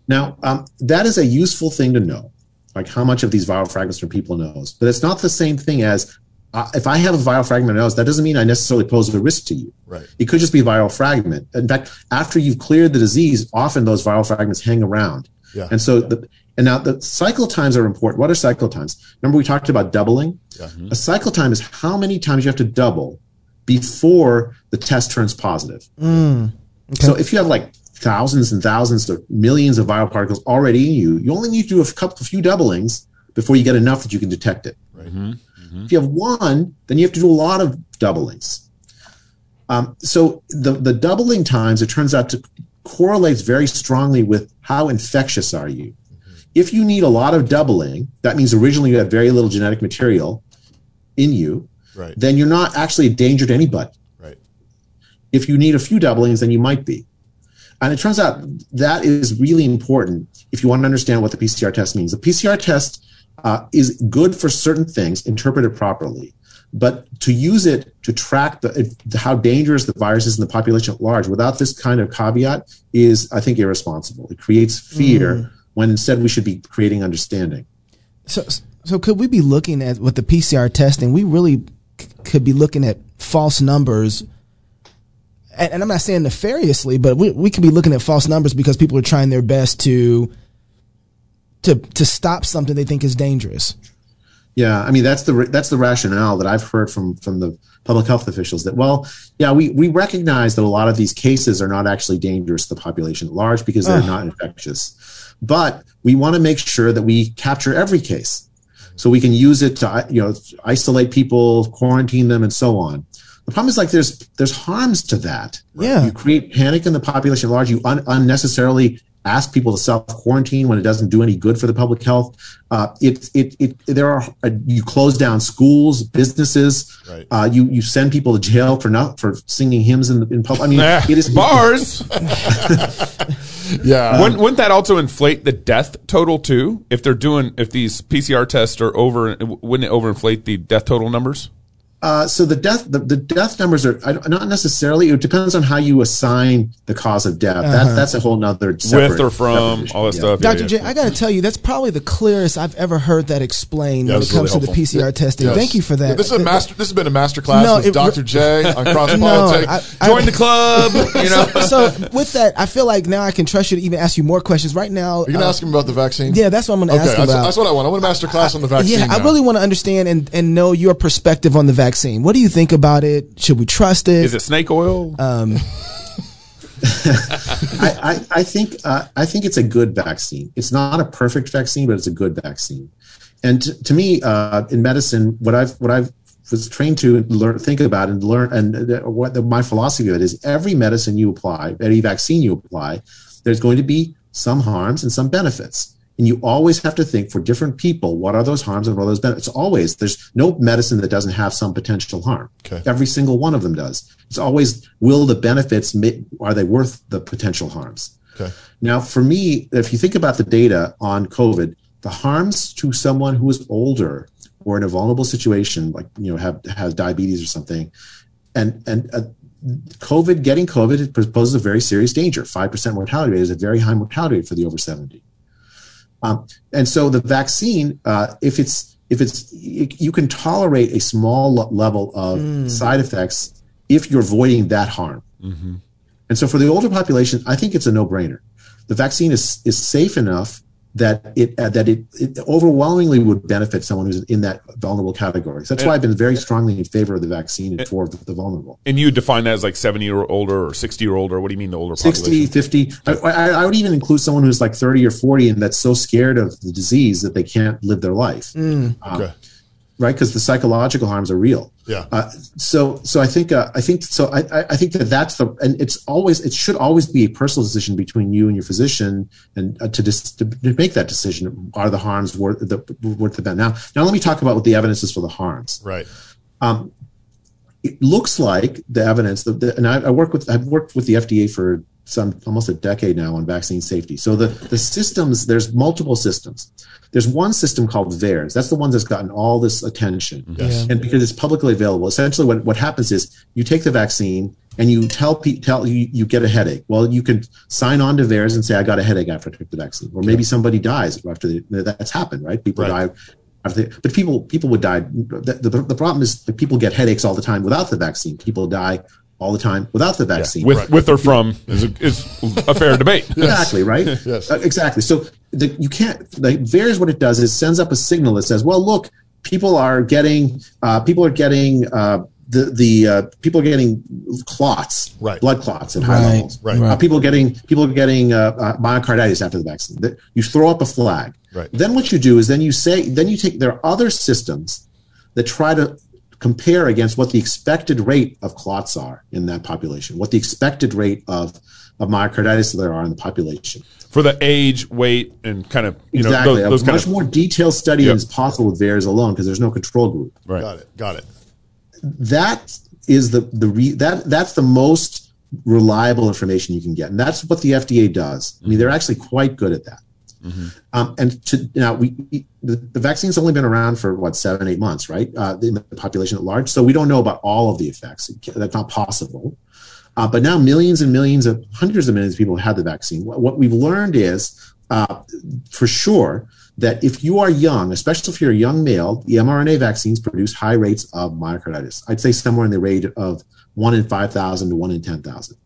[SPEAKER 14] Now, um, that is a useful thing to know, like how much of these viral fragments from people knows. But it's not the same thing as uh, if I have a viral fragment in my nose, that doesn't mean I necessarily pose a risk to you.
[SPEAKER 3] Right.
[SPEAKER 14] It could just be a viral fragment. In fact, after you've cleared the disease, often those viral fragments hang around.
[SPEAKER 3] Yeah.
[SPEAKER 14] And so, the, and now the cycle times are important. What are cycle times? Remember, we talked about doubling.
[SPEAKER 3] Yeah. Mm-hmm.
[SPEAKER 14] A cycle time is how many times you have to double before the test turns positive.
[SPEAKER 2] Mm.
[SPEAKER 14] So if you have like thousands and thousands or millions of viral particles already in you, you only need to do a couple, a few doublings before you get enough that you can detect it.
[SPEAKER 3] Mm-hmm.
[SPEAKER 14] If you have one, then you have to do a lot of doublings. Um, so the the doubling times, it turns out, to correlates very strongly with how infectious are you.
[SPEAKER 3] Mm-hmm.
[SPEAKER 14] If you need a lot of doubling, that means originally you have very little genetic material in you.
[SPEAKER 3] Right.
[SPEAKER 14] Then you're not actually a danger to anybody.
[SPEAKER 3] Right.
[SPEAKER 14] If you need a few doublings, then you might be. And it turns out that is really important if you want to understand what the PCR test means. The PCR test uh, is good for certain things, interpreted properly, but to use it to track the, how dangerous the virus is in the population at large without this kind of caveat is, I think, irresponsible. It creates fear
[SPEAKER 2] Mm.
[SPEAKER 14] when instead we should be creating understanding.
[SPEAKER 2] So, so could we be looking at with the PCR testing? We really c- could be looking at false numbers. And, and I'm not saying nefariously, but we, we could be looking at false numbers because people are trying their best to to to stop something they think is dangerous.
[SPEAKER 14] Yeah, I mean that's the that's the rationale that I've heard from from the public health officials that well, yeah, we we recognize that a lot of these cases are not actually dangerous to the population at large because they're
[SPEAKER 15] Ugh.
[SPEAKER 14] not infectious. But we want to make sure that we capture every uh, case. So we can use it to you know isolate people, quarantine them and so on. The problem is like there's there's harms to that.
[SPEAKER 2] Yeah.
[SPEAKER 14] You create panic in the population at large. You un- unnecessarily ask people to self quarantine when it doesn't do any good for the public health. Uh, it, it, it, there are uh, you close down schools, businesses.
[SPEAKER 3] Right.
[SPEAKER 14] Uh, you you send people to jail for not for singing hymns in the in public. I mean,
[SPEAKER 1] Nah,
[SPEAKER 14] it is
[SPEAKER 1] bars.
[SPEAKER 3] yeah.
[SPEAKER 1] wouldn't, wouldn't that also inflate the death total too? If they're doing, if these PCR tests are over, wouldn't it overinflate the death total numbers?
[SPEAKER 14] Uh, so the death the, the death numbers are I don't- not necessarily. It depends on how you assign the cause of death.
[SPEAKER 2] Uh-huh.
[SPEAKER 14] That, that's a whole nother separate,
[SPEAKER 1] With or from, all that stuff. Yeah,
[SPEAKER 2] Dr.
[SPEAKER 1] yeah.
[SPEAKER 2] J, I got to tell you, that's probably the clearest I've ever heard that explained
[SPEAKER 3] Yeah,
[SPEAKER 2] when
[SPEAKER 3] this
[SPEAKER 2] it
[SPEAKER 3] is really
[SPEAKER 2] comes to the
[SPEAKER 3] helpful.
[SPEAKER 2] PCR
[SPEAKER 3] Yeah,
[SPEAKER 2] testing.
[SPEAKER 3] yes.
[SPEAKER 2] Thank you for that.
[SPEAKER 3] Yeah, this is a master. This has been a master class
[SPEAKER 2] No,
[SPEAKER 3] with
[SPEAKER 2] it-
[SPEAKER 3] Dr. J on
[SPEAKER 2] No,
[SPEAKER 3] cross politics.
[SPEAKER 2] I- I-
[SPEAKER 1] Join the club. You know,
[SPEAKER 2] so with that, I feel like now I can trust you to even ask you more questions. Right now,
[SPEAKER 3] You're gonna
[SPEAKER 2] uh,
[SPEAKER 3] ask him about the vaccine.
[SPEAKER 2] yeah, that's what I'm gonna
[SPEAKER 3] okay,
[SPEAKER 2] ask
[SPEAKER 3] that's,
[SPEAKER 2] about.
[SPEAKER 3] that's what I want. I want a master class on the vaccine.
[SPEAKER 2] yeah, I
[SPEAKER 3] now.
[SPEAKER 2] really want to understand and, and know your perspective on the vaccine. What do you think about it? Should we trust it?
[SPEAKER 1] is it snake oil?
[SPEAKER 2] um,
[SPEAKER 14] I, I, I think uh, I think it's a good vaccine. It's not a perfect vaccine, but it's a good vaccine. And to, to me, uh, in medicine, what I've what I've was trained to learn, think about, and learn, and uh, what the, my philosophy of it is: every medicine you apply, any vaccine you apply, there's going to be some harms and some benefits. And you always have to think for different people, what are those harms and what are those benefits? Always, there's no medicine that doesn't have some potential harm.
[SPEAKER 3] Okay.
[SPEAKER 14] Every single one of them does. It's always, will the benefits, mi- are they worth the potential harms?
[SPEAKER 3] Okay.
[SPEAKER 14] Now, for me, if you think about the data on COVID, the harms to someone who is older or in a vulnerable situation, like, you know, have, has diabetes or something, and and uh, COVID, getting COVID, it poses a very serious danger. Five percent mortality rate is a very high mortality rate for the over seventy. Um, and so the vaccine, uh, if it's if it's y- you can tolerate a small lo- level of side effects if you're avoiding that harm. And so for the older population, I think it's a no-brainer. The vaccine is is safe enough that it uh, that it, it overwhelmingly would benefit someone who's in that vulnerable category. So that's why I've been very strongly in favor of the vaccine and for the vulnerable.
[SPEAKER 1] And you define that as like 70 or older or 60 or older. What do you mean the older
[SPEAKER 14] 60,
[SPEAKER 1] population?
[SPEAKER 14] 50. I, I, I would even include someone who's like 30 or 40 and that's so scared of the disease that they can't live their life,
[SPEAKER 1] Mm.
[SPEAKER 14] Um,
[SPEAKER 3] Okay.
[SPEAKER 14] right? Because the psychological harms are real.
[SPEAKER 3] Yeah.
[SPEAKER 14] Uh, so, so I think, uh, I think, so I, I- I think that that's the, and it's always, it should always be a personal decision between you and your physician, and uh, to just to make that decision, are the harms worth the worth the ben? Now, now let me talk about what the evidence is for the harms.
[SPEAKER 3] Right.
[SPEAKER 14] Um, it looks like the evidence, the, the, and I, I work with, I've worked with the FDA for some almost a decade now on vaccine safety. So the the systems, there's multiple systems. There's one system called VAERS. That's the one that's gotten all this attention,
[SPEAKER 3] Yes.
[SPEAKER 14] and because it's publicly available. Essentially, what, what happens is you take the vaccine and you tell pe- tell you, you get a headache. Well, you can sign on to VAERS and say I got a headache after I took the vaccine, or maybe somebody dies after they, that's happened, right? People
[SPEAKER 3] Right.
[SPEAKER 14] die I think- but people people would die. The, the, the problem is that people get headaches all the time without the vaccine. People die all the time without the vaccine.
[SPEAKER 1] With, with or from is a, is a fair debate.
[SPEAKER 14] Exactly right.
[SPEAKER 3] Yes.
[SPEAKER 14] Uh, exactly. So the, you can't. Like, VAERS, what it does is sends up a signal that says, "Well, look, people are getting uh, people are getting uh, the the uh, people are getting clots,
[SPEAKER 3] Right.
[SPEAKER 14] blood clots at high
[SPEAKER 2] Right,
[SPEAKER 14] levels.
[SPEAKER 3] right.
[SPEAKER 14] Uh, people are getting people are getting uh, uh, myocarditis after the vaccine. That- You throw up a flag.
[SPEAKER 3] Right.
[SPEAKER 14] Then what you do is then you say then you take there are other systems that try to compare against what the expected rate of clots are in that population, what the expected rate of of myocarditis there are in the population.
[SPEAKER 1] For the age, weight, and kind of, you know,
[SPEAKER 14] exactly.
[SPEAKER 1] those, those
[SPEAKER 14] a
[SPEAKER 1] kind
[SPEAKER 14] much
[SPEAKER 1] of.
[SPEAKER 14] more detailed study
[SPEAKER 1] Yep.
[SPEAKER 14] than is possible with VAERS alone because there's no control group
[SPEAKER 1] Right.
[SPEAKER 3] Got it. Got it.
[SPEAKER 14] that is the the re, that that's the most reliable information you can get, and that's what the FDA does.
[SPEAKER 1] Mm-hmm.
[SPEAKER 14] I mean, they're actually quite good at that. Um, and to, now we the, the vaccine's only been around for what seven eight months, right? Uh, in the population at large, so we don't know about all of the effects. That's not possible. Uh, but now millions and millions of hundreds of millions of people have had the vaccine. What, what we've learned is uh, for sure that if you are young, especially if you're a young male, the mRNA vaccines produce high rates of myocarditis. I'd say somewhere in the rate of one in 5,000 to one in 10,000.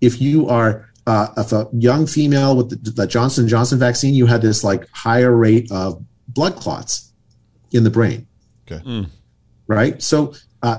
[SPEAKER 14] If you are uh, if a young female with the, the Johnson Johnson vaccine, you had this like higher rate of blood clots in the brain
[SPEAKER 3] Okay.
[SPEAKER 14] right? So uh,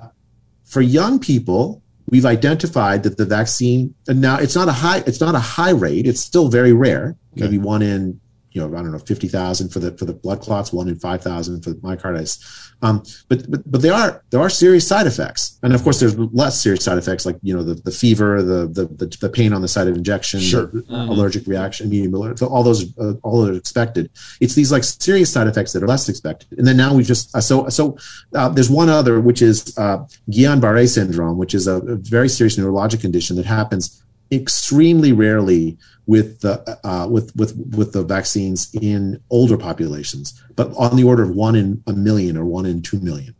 [SPEAKER 14] for young people, we've identified that the vaccine and now it's not a high it's not a high rate. It's still very rare, maybe one in you know, I don't know, 50,000 for the, for the blood clots, one in 5,000 for myocarditis. Um, but, but, but they are, there are serious side effects. And of course, there's less serious side effects like, you know, the, the fever, the, the, the, the pain on the side of injection,
[SPEAKER 3] Sure.
[SPEAKER 14] the
[SPEAKER 3] Mhm.
[SPEAKER 14] allergic reaction, immune alert, so all those, uh, all are expected. It's these like serious side effects that are less expected. And then now we just, uh, so, so, uh, there's one other, which is, uh, Guillain-Barré syndrome, which is a, a very serious neurologic condition that happens extremely rarely with the uh, with with with the vaccines in older populations, but on the order of one in a million or one in two million.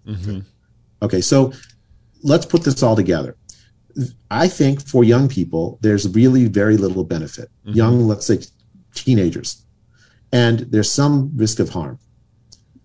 [SPEAKER 14] Okay, so let's put this all together. I think for young people, there's really very little benefit. Young, let's say teenagers, and there's some risk of harm.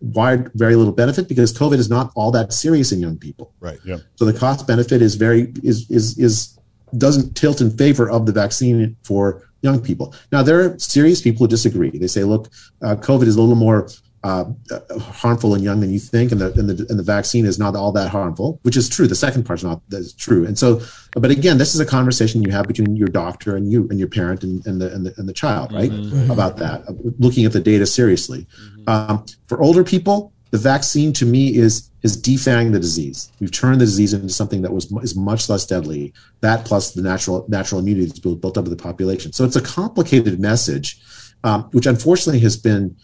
[SPEAKER 14] Why very little benefit? Because COVID is not all that serious in young people.
[SPEAKER 3] Right. Yeah.
[SPEAKER 14] So the cost benefit is very is is is doesn't tilt in favor of the vaccine for young people. Now there are serious people who disagree. They say, look, uh, COVID is a little more uh, uh, harmful in young than you think, and the, and the and the vaccine is not all that harmful, which is true. The second part's not that is true. And so, but again, this is a conversation you have between your doctor and you and your parent and, and the and the and the child, right?
[SPEAKER 3] Mhm.
[SPEAKER 14] About that, uh, looking at the data seriously. Um, for older people, the vaccine to me is is defanging the disease. We've turned the disease into something that was is much less deadly. That plus the natural natural immunity that's built, built up in the population. So it's a complicated message, um, which unfortunately has been.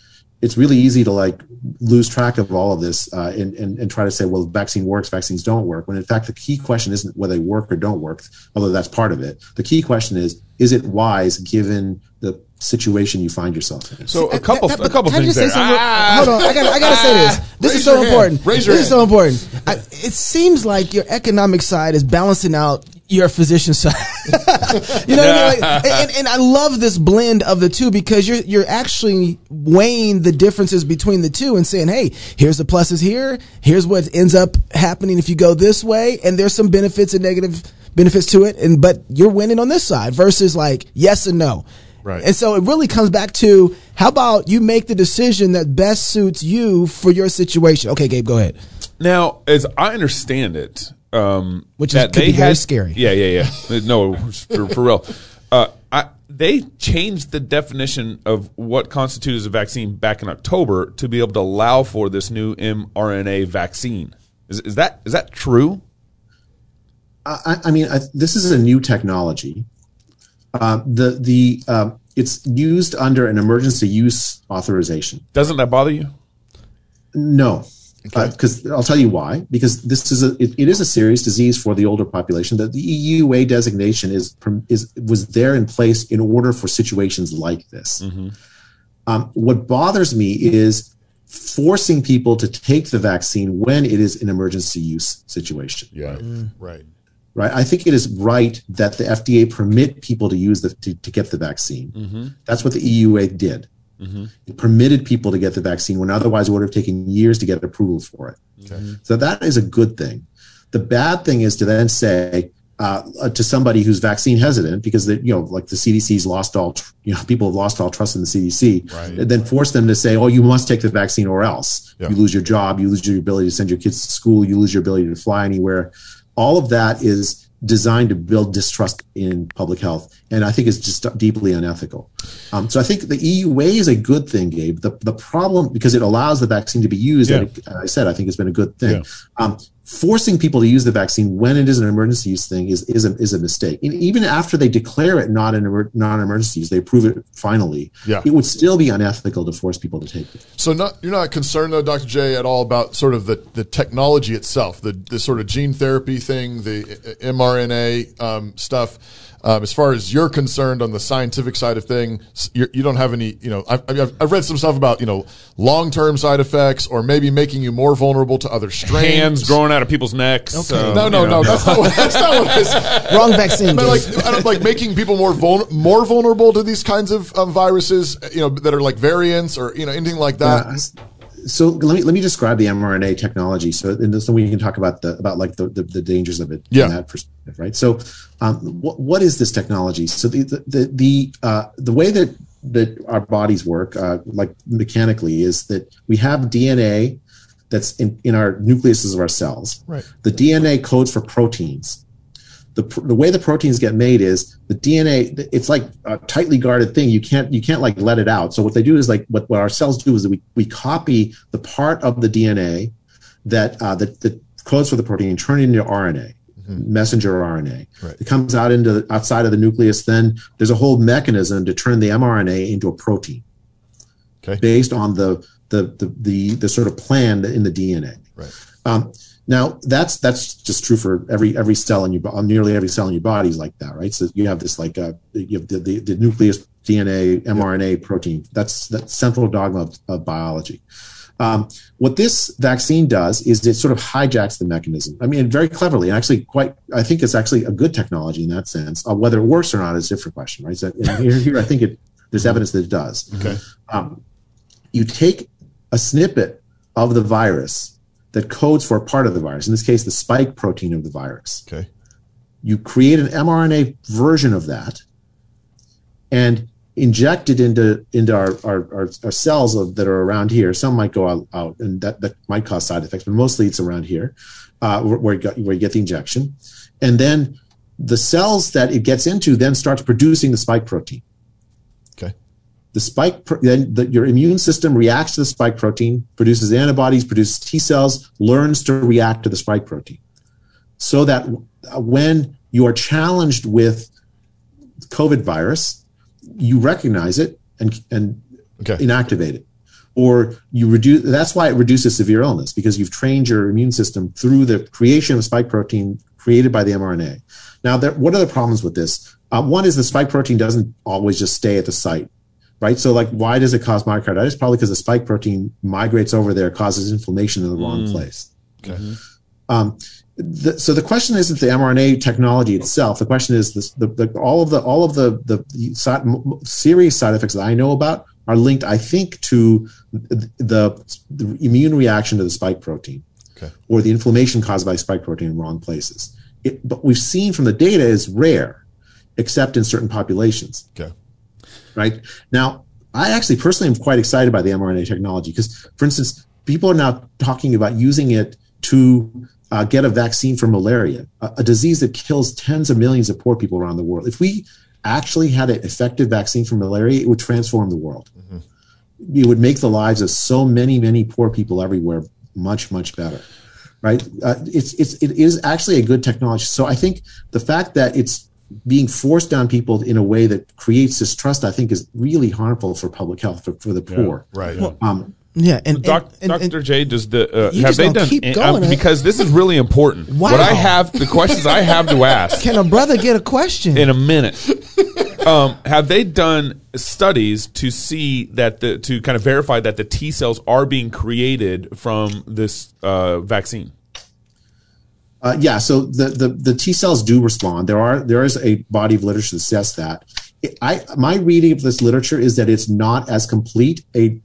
[SPEAKER 14] It's really easy to like lose track of all of this uh, and, and and try to say, well, vaccine works, vaccines don't work. When in fact, the key question isn't whether they work or don't work, although that's part of it. The key question is, is it wise given the situation you find yourself in?
[SPEAKER 1] So a couple,
[SPEAKER 14] that-
[SPEAKER 1] a couple
[SPEAKER 14] can I
[SPEAKER 1] things
[SPEAKER 14] just say
[SPEAKER 1] there.
[SPEAKER 14] something?
[SPEAKER 1] Ah!
[SPEAKER 2] Hold on, I gotta, I gotta say this. This
[SPEAKER 14] Raise
[SPEAKER 2] is so
[SPEAKER 14] your hand.
[SPEAKER 2] important.
[SPEAKER 14] Raise your
[SPEAKER 2] this is so important. I, it seems like your economic side is balancing out your physician side. you know what I mean? Like, and, and I love this blend of the two because you're you're actually weighing the differences between the two and saying, hey, here's the pluses here, here's what ends up happening if you go this way, and there's some benefits and negative benefits to it, and but you're winning on this side versus like yes and no.
[SPEAKER 3] Right.
[SPEAKER 2] And so it really comes back to how about you make the decision that best suits you for your situation. Okay, Gabe, go ahead.
[SPEAKER 1] Now, as I understand it, um,
[SPEAKER 2] Which is- could be very scary.
[SPEAKER 1] Yeah, yeah, yeah. No, for, for real. Uh, I, they changed the definition of what constitutes a vaccine back in October to be able to allow for this new mRNA vaccine. Is, is that is that true?
[SPEAKER 14] I, I mean, I, this is a new technology. Uh, the the um it's used under an emergency use authorization.
[SPEAKER 1] Doesn't that bother you?
[SPEAKER 14] No, because I'll tell you why. Because this is a it, it is a serious disease for the older population. That the EUA designation is perm- is was there in place in order for situations like this. Um, what bothers me is forcing people to take the vaccine when it is an emergency use situation.
[SPEAKER 3] Yeah. Right.
[SPEAKER 14] right? I think it is right that the FDA permit people to use the to, to get the vaccine. That's what the EUA did. It permitted people to get the vaccine when otherwise it would have taken years to get approval for it. So that is a good thing. The bad thing is to then say uh, to somebody who's vaccine hesitant because they, you know, like the CDC's lost all, tr- you know, people have lost all trust in the CDC.
[SPEAKER 3] Right.
[SPEAKER 14] Then force them to say, "Oh, you must take the vaccine or else
[SPEAKER 3] Yeah.
[SPEAKER 14] you lose your job, you lose your ability to send your kids to school, you lose your ability to fly anywhere." All of that is designed to build distrust in public health, and I think it's just deeply unethical. Um, so I think the EUA is a good thing, Gabe. The the problem because it allows the vaccine to be used.
[SPEAKER 3] Yeah.
[SPEAKER 14] And it, uh, I said I think it's been a good thing. Um, forcing people to use the vaccine when it is an emergency use thing is is a, is a mistake. And even after they declare it not an emer- non-emergency use, they approve it finally.
[SPEAKER 3] Yeah.
[SPEAKER 14] it would still be unethical to force people to take it.
[SPEAKER 3] So not, you're not concerned though, Dr. J, at all about sort of the, the technology itself, the, the sort of gene therapy thing, the uh, mRNA um, stuff. Um, as far as you're concerned on the scientific side of things, you're, you don't have any. You know, I've, I've, I've read some stuff about you know long term side effects or maybe making you more vulnerable to other strains.
[SPEAKER 1] Hands growing out of people's necks. uh,
[SPEAKER 3] No, no,
[SPEAKER 1] you know.
[SPEAKER 3] no. That's not what, that's not what it is.
[SPEAKER 2] Wrong vaccine.
[SPEAKER 3] But
[SPEAKER 2] Gabe.
[SPEAKER 3] like, I don't, like making people more vulner- more vulnerable to these kinds of um, viruses, you know, that are like variants or you know anything like that.
[SPEAKER 14] Uh, so let me let me describe the mRNA technology. So and so we can talk about the about like the, the, the dangers of it
[SPEAKER 3] Yeah.
[SPEAKER 14] from that perspective, right? So um, what what is this technology? So the the the the, uh, the way that that our bodies work, uh, like mechanically, is that we have DNA that's in, in our nucleuses of our cells.
[SPEAKER 3] Right.
[SPEAKER 14] The DNA codes for proteins. the, pr- the way the proteins get made is the DNA. It's like a tightly guarded thing. You can't you can't like let it out. So what they do is like what, what our cells do is we we copy the part of the DNA that uh, that, that codes for the protein and turn it into RNA. Messenger RNA.
[SPEAKER 3] Right.
[SPEAKER 14] It comes out into the, outside of the nucleus. Then there's a whole mechanism to turn the mRNA into a protein, based on the the, the the the sort of plan in the DNA.
[SPEAKER 3] Right.
[SPEAKER 14] Um, now that's that's just true for every every cell in your bo- nearly every cell in your body is like that, right? So you have this like uh, you have the, the, the nucleus DNA mRNA protein. That's that central dogma of, of biology. Um, what this vaccine does is it sort of hijacks the mechanism. I mean, very cleverly, and actually quite. I think it's actually a good technology in that sense. Uh, whether it works or not is a different question, right? So, and here, here, I think it, there's evidence that it does.
[SPEAKER 3] Okay.
[SPEAKER 14] Um, you take a snippet of the virus that codes for a part of the virus, in this case, the spike protein of the virus.
[SPEAKER 3] Okay.
[SPEAKER 14] You create an mRNA version of that and inject it into, into our, our, our, our cells of, that are around here. Some might go out, out and that, that might cause side effects, but mostly it's around here uh, where, where, you got, where you get the injection. And then the cells that it gets into then starts producing the spike protein the spike pro- then the, your immune system reacts to the spike protein produces antibodies produces t cells learns to react to the spike protein so that uh, when you are challenged with covid virus you recognize it and and inactivate it or you reduce that's why it reduces severe illness because you've trained your immune system through the creation of spike protein created by the mrna now there, what are the problems with this uh, one is the spike protein doesn't always just stay at the site right? So, like, why does it cause myocarditis? Probably because the spike protein migrates over there, causes inflammation in the wrong
[SPEAKER 3] Mm.
[SPEAKER 14] place.
[SPEAKER 3] Okay.
[SPEAKER 14] Um, the, so the question isn't the mRNA technology itself. The question is this, the, the, all of the all of the the, the side, m- m- serious side effects that I know about are linked, I think, to the, the, the immune reaction to the spike protein
[SPEAKER 3] Okay.
[SPEAKER 14] or the inflammation caused by spike protein in wrong places. It, but we've seen from the data is rare, except in certain populations.
[SPEAKER 3] Okay.
[SPEAKER 14] Right now, I actually personally am quite excited by the mRNA technology because, for instance, people are now talking about using it to uh, get a vaccine for malaria, a, a disease that kills tens of millions of poor people around the world. If we actually had an effective vaccine for malaria, it would transform the world. It would make the lives of so many, many poor people everywhere much, much better right? Uh, it's it's it is actually a good technology. So I think the fact that it's being forced down people in a way that creates distrust, I think, is really harmful for public health for, for the poor.
[SPEAKER 3] right.
[SPEAKER 14] Um,
[SPEAKER 2] yeah, and,
[SPEAKER 1] Doc, Dr. J, does the uh,
[SPEAKER 14] You
[SPEAKER 1] have
[SPEAKER 14] just
[SPEAKER 1] they
[SPEAKER 14] gonna
[SPEAKER 1] done
[SPEAKER 14] keep
[SPEAKER 1] an-
[SPEAKER 14] going,
[SPEAKER 1] uh,
[SPEAKER 14] eh?
[SPEAKER 1] because this is really important.
[SPEAKER 2] Wow.
[SPEAKER 1] What I have the questions I have to ask
[SPEAKER 2] Can a brother get a question?
[SPEAKER 1] in a minute. Um, have they done studies to see that the to kind of verify that the T cells are being created from this uh, vaccine?
[SPEAKER 14] Uh, yeah, so the, the the T cells do respond. There are there is a body of literature that says that. It- I my reading of this literature is that it's not as complete a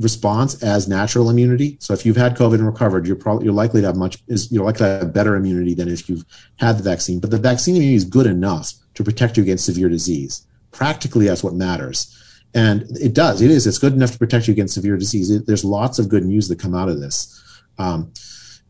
[SPEAKER 14] response as natural immunity. So if you've had COVID and recovered, you're probably you're likely to have much is you're likely to have better immunity than if you've had the vaccine. But the vaccine immunity is good enough to protect you against severe disease. Practically, that's what matters. And it does. It is. It's good enough to protect you against severe disease. It, there's lots of good news that come out of this. Um,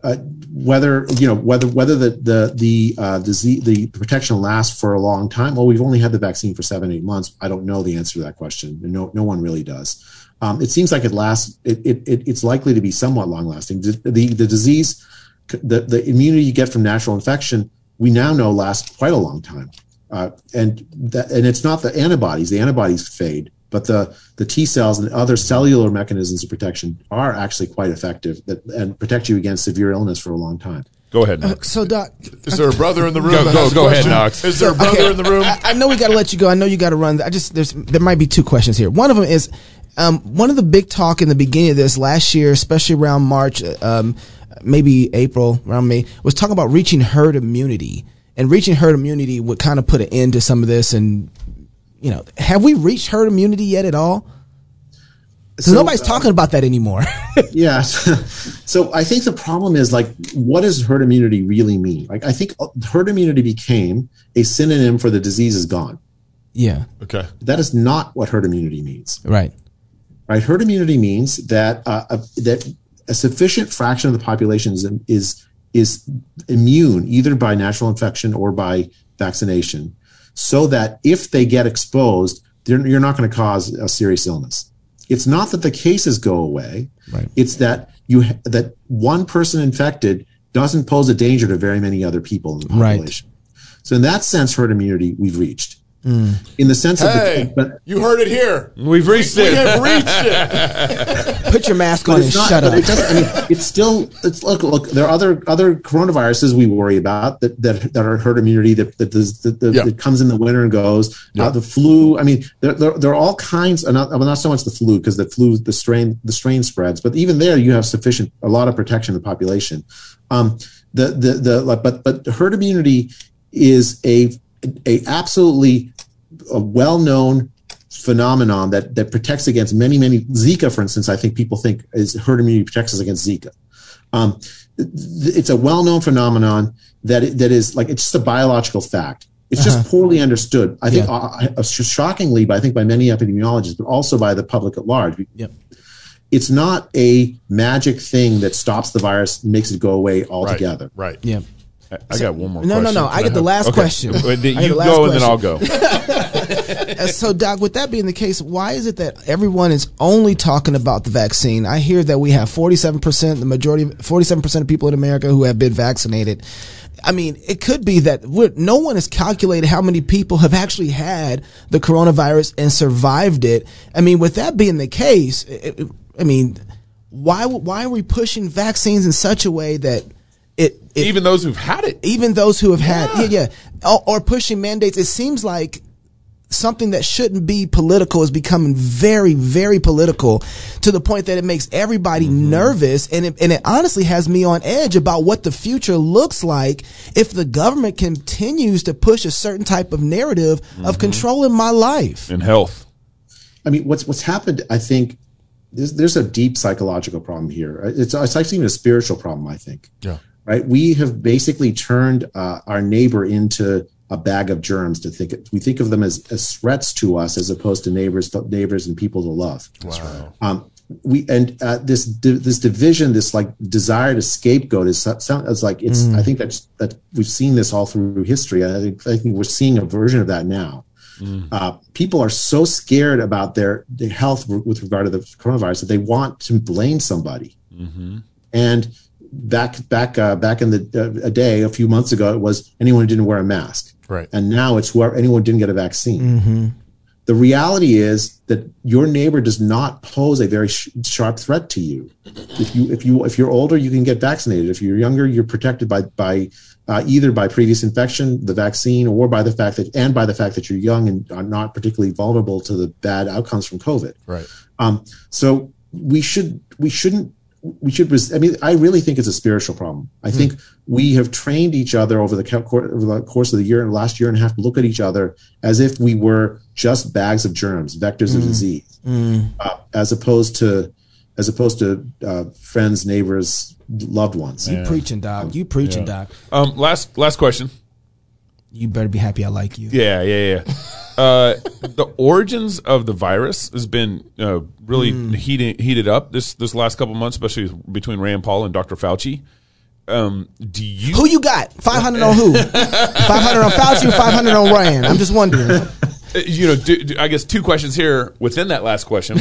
[SPEAKER 14] uh, whether you know whether whether the the the uh, disease the protection lasts for a long time. Well, we've only had the vaccine for seven eight months. I don't know the answer to that question. No no one really does. Um, it seems like it lasts. It, it, it it's likely to be somewhat long lasting. The, the the disease, the the immunity you get from natural infection, we now know lasts quite a long time. Uh, and that, and it's not the antibodies. The antibodies fade, but the the T cells and other cellular mechanisms of protection are actually quite effective that, and protect you against severe illness for a long time.
[SPEAKER 1] Go ahead. Knox.
[SPEAKER 2] so, Doc,
[SPEAKER 3] Is there a brother in the room?
[SPEAKER 1] Go-
[SPEAKER 3] that
[SPEAKER 1] go-
[SPEAKER 3] has a
[SPEAKER 1] go ahead,
[SPEAKER 3] question?
[SPEAKER 1] Knox.
[SPEAKER 3] Is there a brother
[SPEAKER 2] Okay,
[SPEAKER 3] in the room?
[SPEAKER 2] I, I know we got to let you go. I know you got to run. I just there's there might be two questions here. One of them is um, one of the big talk in the beginning of this last year, especially around March, uh, um, maybe April, around May, was talking about reaching herd immunity. And reaching herd immunity would kind of put an end to some of this. And you know, have we reached herd immunity yet at all? 'Cause
[SPEAKER 14] So,
[SPEAKER 2] nobody's
[SPEAKER 14] uh,
[SPEAKER 2] talking about that anymore.
[SPEAKER 14] yeah. so I think the problem is like, what does herd immunity really mean? Like, I think uh, herd immunity became a synonym for the disease is gone.
[SPEAKER 2] yeah,
[SPEAKER 3] Okay.
[SPEAKER 14] That is not what herd immunity means.
[SPEAKER 2] right.
[SPEAKER 14] right? Herd immunity means that uh, a, that a sufficient fraction of the population is, is is immune either by natural infection or by vaccination, so that if they get exposed, they're, you're not going to cause a serious illness. It's not that the cases go away;
[SPEAKER 2] Right.
[SPEAKER 14] it's that you ha- that one person infected doesn't pose a danger to very many other people in the
[SPEAKER 2] Right.
[SPEAKER 14] population. So, in that sense, herd immunity we've reached.
[SPEAKER 2] Mm.
[SPEAKER 14] In the sense
[SPEAKER 3] Hey,
[SPEAKER 14] of, the, but
[SPEAKER 3] you heard it here.
[SPEAKER 1] We've reached
[SPEAKER 3] We
[SPEAKER 1] it.
[SPEAKER 3] have reached it.
[SPEAKER 2] Put your mask on
[SPEAKER 14] But
[SPEAKER 2] and
[SPEAKER 14] it's not-
[SPEAKER 2] shut
[SPEAKER 14] but
[SPEAKER 2] up.
[SPEAKER 14] It doesn't, I mean, it's still. It's look, look. There are other other coronaviruses we worry about that that, that are herd immunity that that, does- that, that,
[SPEAKER 3] Yeah.
[SPEAKER 14] that comes in the winter and goes. Uh, the flu. I mean, there, there, there are all kinds. And not, well, not so much the flu because the flu the strain the strain spreads. But even there, you have sufficient a lot of protection in the population. Um, the the the like, but but herd immunity is a a absolutely a well-known phenomenon that that protects against many many Zika, for instance. I think people think is herd immunity protects us against Zika. Um, th- th- it's a well-known phenomenon that it- that is like it's just a biological fact. It's just poorly understood. I think uh, uh, sh- shockingly, by I think by many epidemiologists, but also by the public at large.
[SPEAKER 2] Yep.
[SPEAKER 14] It's not a magic thing that stops the virus, and makes it go away altogether.
[SPEAKER 3] Right.
[SPEAKER 2] Yeah.
[SPEAKER 1] I, I got one more.
[SPEAKER 2] No, no,
[SPEAKER 1] question.
[SPEAKER 2] no, I
[SPEAKER 1] Can
[SPEAKER 2] get the
[SPEAKER 1] have-
[SPEAKER 2] last
[SPEAKER 1] Okay.
[SPEAKER 2] question.
[SPEAKER 1] Well,
[SPEAKER 2] I
[SPEAKER 1] then
[SPEAKER 2] get
[SPEAKER 1] you
[SPEAKER 2] the last
[SPEAKER 1] go and then I'll go.
[SPEAKER 2] question. Uh, so, Doc, with that being the case, why is it that everyone is only talking about the vaccine? I hear that we have 47%, the majority, 47% of people in America who have been vaccinated. I mean, it could be that we're, no one has calculated how many people have actually had the coronavirus and survived it. I mean, with that being the case, it, it- I mean, why, w- why are we pushing vaccines in such a way that it, it
[SPEAKER 1] Even those who've had it.
[SPEAKER 2] even those who have had yeah yeah or, or pushing mandates it seems like something that shouldn't be political is becoming very very political to the point that it makes everybody nervous and it, and it honestly has me on edge about what the future looks like if the government continues to push a certain type of narrative of controlling my life
[SPEAKER 1] in health.
[SPEAKER 14] I mean, what's what's happened? I think there's there's a deep psychological problem here. It's it's actually even a spiritual problem. I think.
[SPEAKER 3] Yeah.
[SPEAKER 14] Right. We have basically turned uh, our neighbor into a bag of germs. To think we think of them as, as threats to us, as opposed to neighbors, neighbors and people to love.
[SPEAKER 3] Wow.
[SPEAKER 14] Um, we and uh, this di- this division, this like desire to scapegoat is so- so- is like it's. I think that's that we've seen this all through history. I think, I think we're seeing a version of that now. Uh, people are so scared about their, their health w- with regard to the coronavirus that they want to blame somebody. And back back uh, back in the uh, a day a few months ago, it was anyone who didn't wear a mask,
[SPEAKER 3] Right.
[SPEAKER 14] and now it's whoever anyone who didn't get a vaccine the reality is that your neighbor does not pose a very sh- sharp threat to you. If you if you if you're older, you can get vaccinated. If you're younger, you're protected by by uh, either by previous infection, the vaccine, or by the fact that and by the fact that you're young and are not particularly vulnerable to the bad outcomes from COVID.
[SPEAKER 3] Right.
[SPEAKER 14] Um, so we should we shouldn't we should. Res- I mean, I really think it's a spiritual problem. I think we have trained each other over the, co- cour- over the course of the year, last year and a half, to look at each other as if we were just bags of germs, vectors of disease, uh, as opposed to as opposed to uh, friends, neighbors, loved ones.
[SPEAKER 2] you preaching doc you preaching doc
[SPEAKER 1] Um, last last question.
[SPEAKER 2] you better be happy i like you
[SPEAKER 1] Yeah, yeah, yeah. Uh, the origins of the virus has been uh, really heated heated up this this last couple months, especially between Rand Paul and Dr. Fauci. Um, do you?
[SPEAKER 2] who you got 500 on who 500 on fauci 500 on ryan i'm just wondering
[SPEAKER 1] Uh, you know, do, do- I guess two questions here within that last question.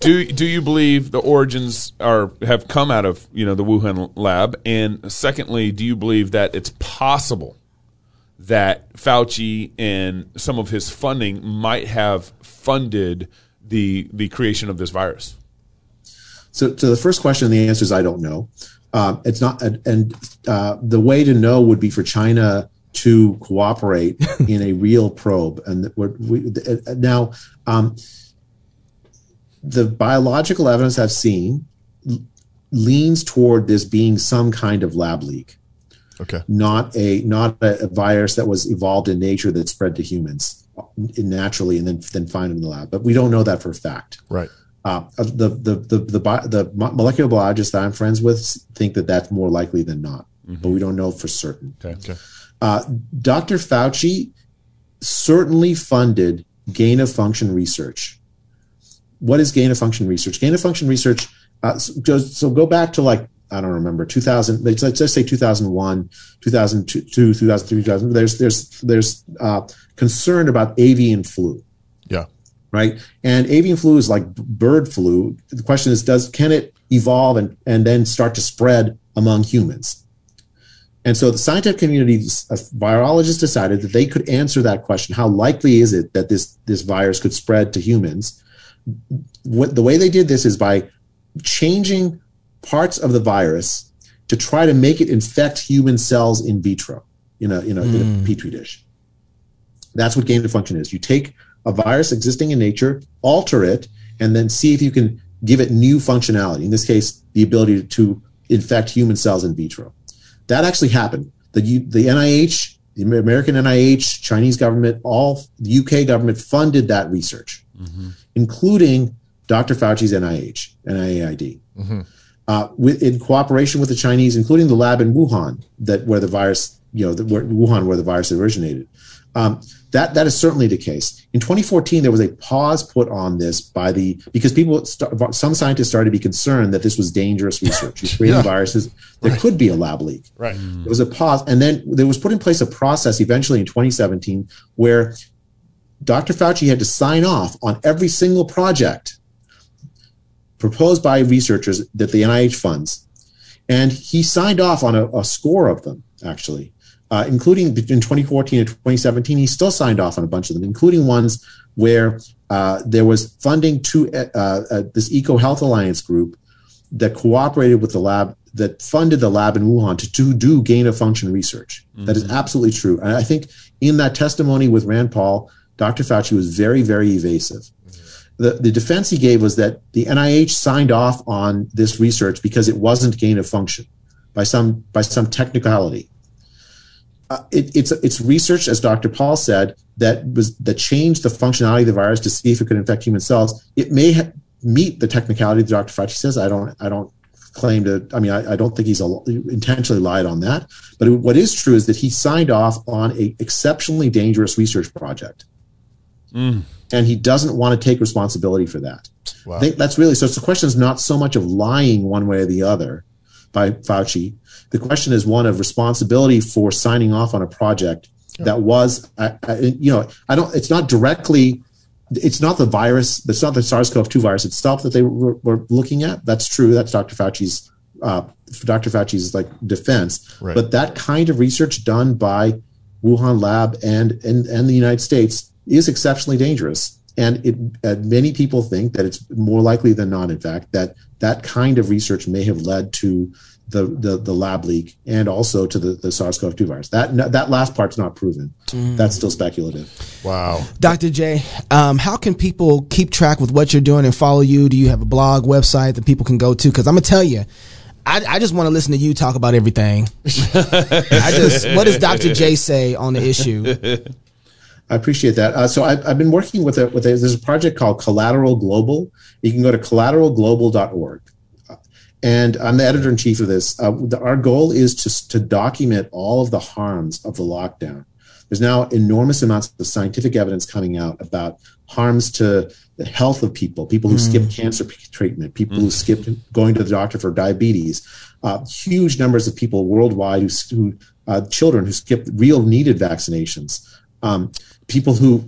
[SPEAKER 1] do do you believe the origins are have come out of you know the Wuhan lab? And secondly, do you believe that it's possible that Fauci and some of his funding might have funded the the creation of this virus?
[SPEAKER 14] So, to the first question, the answer is I don't know. Um, it's not, and- and uh, the way to know would be for China to cooperate in a real probe. And that we're- we, uh, now, um, the biological evidence I've seen l- leans toward this being some kind of lab leak,
[SPEAKER 3] Okay.
[SPEAKER 14] not a not a, a virus that was evolved in nature that spread to humans uh, naturally and then then found in the lab. But we don't know that for a fact
[SPEAKER 3] Right.
[SPEAKER 14] uh, the, the the the bi- the mo- molecular biologists that I'm friends with s- think that that's more likely than not, but we don't know for certain.
[SPEAKER 1] Okay.
[SPEAKER 14] Uh, Dr. Fauci certainly funded gain of function research. What is gain of function research? Gain of function research. Uh, s- goes, so go back to like I don't remember 2000. Let's, let's just say 2001, 2002, 2003, 2000. There's there's there's uh, concern about avian flu.
[SPEAKER 3] Yeah.
[SPEAKER 14] Right. And avian flu is like bird flu. The question is, does can it evolve and and then start to spread among humans? And so the scientific community, uh, virologists decided that they could answer that question: How likely is it that this this virus could spread to humans? What, the way they did this is by changing parts of the virus to try to make it infect human cells in vitro in a in a, in a petri dish. That's what gain of function is. You take a virus existing in nature, alter it, and then see if you can give it new functionality. In this case, the ability to infect human cells in vitro. That actually happened. The U- the NIH, the Amer- American NIH, Chinese government, all the UK government funded that research, including Dr. Fauci's NIH, NIAID uh, with, in cooperation with the Chinese, including the lab in Wuhan, that where the virus, you know, the, where, Wuhan, where the virus originated. Um, that that is certainly the case. In 2014, there was a pause put on this by the because people st- some scientists started to be concerned that this was dangerous research. You're creating
[SPEAKER 3] Yeah.
[SPEAKER 14] viruses, there could be a lab leak.
[SPEAKER 3] Right.
[SPEAKER 14] There was a pause, and then there was put in place a process eventually in 2017 where Dr. Fauci had to sign off on every single project proposed by researchers that the NIH funds. And he signed off on a, a score of them, actually, uh, including in 2014 and 2017. He still signed off on a bunch of them, including ones where uh, there was funding to uh, uh, this Eco Health Alliance group that cooperated with the lab that funded the lab in Wuhan to do, do gain of function research. That is absolutely true. And I think in that testimony with Rand Paul, Dr. Fauci was very, very evasive. The, the defense he gave was that the NIH signed off on this research because it wasn't gain of function by some by some technicality. Uh, it, it's it's research, as Dr. Paul said, that was that changed the functionality of the virus to see if it could infect human cells. It may ha- meet the technicality that Dr. Fauci says. I don't I don't claim to. I mean, I, I don't think he's al- intentionally lied on that. But what is true is that he signed off on a exceptionally dangerous research project, and he doesn't want to take responsibility for that. I think that's really so. The question is not so much of lying one way or the other by Fauci. The question is one of responsibility for signing off on a project that was, I, I, you know, I don't. It's not directly. It's not the virus. It's not the SARS-CoV-2 virus itself that they were, were looking at. That's true. That's Dr. Fauci's. Uh, Dr. Fauci's like defense,
[SPEAKER 3] Right.
[SPEAKER 14] but that kind of research done by Wuhan lab and and and the United States is exceptionally dangerous. And it uh, many people think that it's more likely than not, in fact, that that kind of research may have led to the the, the lab leak and also to the, the SARS-CoV-2 virus. That that last part's not proven. That's still speculative.
[SPEAKER 3] Wow.
[SPEAKER 2] Dr. J, um, how can people keep track with what you're doing and follow you? Do you have a blog, website that people can go to? Because I'm going to tell you, I, I just want to listen to you talk about everything. I just, what does Dr. J say on the issue?
[SPEAKER 14] I appreciate that. Uh, so I, I've been working with a, with a, there's a project called Collateral Global. You can go to collateralglobal.org. Uh, And I'm the editor in chief of this. Uh, the- our goal is to, to document all of the harms of the lockdown. There's now enormous amounts of scientific evidence coming out about harms to the health of people, people who skip cancer p- treatment, people who skip going to the doctor for diabetes, uh, huge numbers of people worldwide who, s- who uh, children who skip real needed vaccinations, um, people who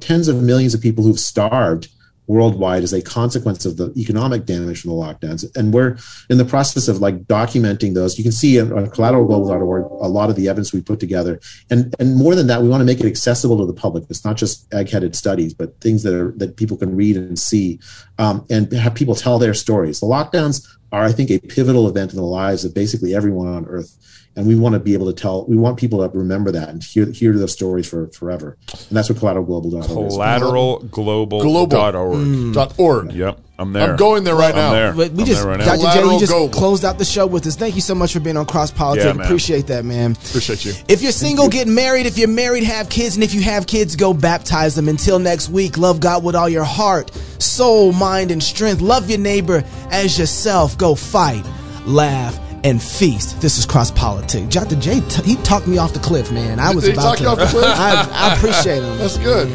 [SPEAKER 14] tens of millions of people who've starved worldwide as a consequence of the economic damage from the lockdowns. And we're in the process of like documenting those. You can see on on collateralglobal.org a lot of the evidence we put together. And and more than that, we want to make it accessible to the public. It's not just egg-headed studies, but things that are that people can read and see um, and have people tell their stories. The lockdowns are, I think, a pivotal event in the lives of basically everyone on earth. And we want to be able to tell, we want people to remember that and hear, hear those stories for forever. And that's what collateralglobal.org is.
[SPEAKER 1] Collateralglobal.org.
[SPEAKER 3] Global. Dot org.
[SPEAKER 1] Yep, I'm there.
[SPEAKER 3] I'm going there
[SPEAKER 1] I'm
[SPEAKER 3] right now.
[SPEAKER 1] There.
[SPEAKER 2] But we
[SPEAKER 1] I'm
[SPEAKER 2] just,
[SPEAKER 1] there right now.
[SPEAKER 2] Dr. J, you
[SPEAKER 3] Collateral
[SPEAKER 2] just
[SPEAKER 3] Global.
[SPEAKER 2] closed out the show with us. Thank you so much for being on Cross
[SPEAKER 1] Yeah,
[SPEAKER 2] Politics.
[SPEAKER 1] man.
[SPEAKER 2] Appreciate that, man.
[SPEAKER 3] Appreciate you.
[SPEAKER 2] If you're single, get married. If you're married, have kids. And if you have kids, go baptize them. Until next week, love God with all your heart, soul, mind, and strength. Love your neighbor as yourself. Go fight, laugh, and feast. This is Cross Politics. Dr. J, t- he talked me off the cliff, man. I was
[SPEAKER 3] Did he
[SPEAKER 2] about
[SPEAKER 3] talk
[SPEAKER 2] to.
[SPEAKER 3] you off the cliff?
[SPEAKER 2] I, I appreciate him.
[SPEAKER 3] That's good.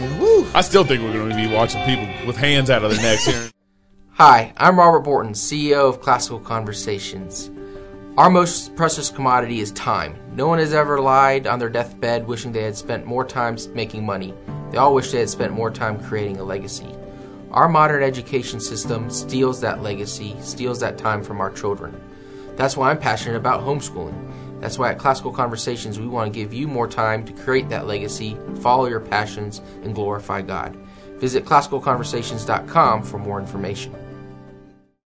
[SPEAKER 1] I still think we're going to be watching people with hands out of their necks here.
[SPEAKER 14] Hi, I'm Robert Borton, CEO of Classical Conversations. Our most precious commodity is time. No one has ever lied on their deathbed wishing they had spent more time making money. They all wish they had spent more time creating a legacy. Our modern education system steals that legacy, steals that time from our children. That's why I'm passionate about homeschooling. That's why at Classical Conversations we want to give you more time to create that legacy, follow your passions, and glorify God. Visit classicalconversations.com for more information.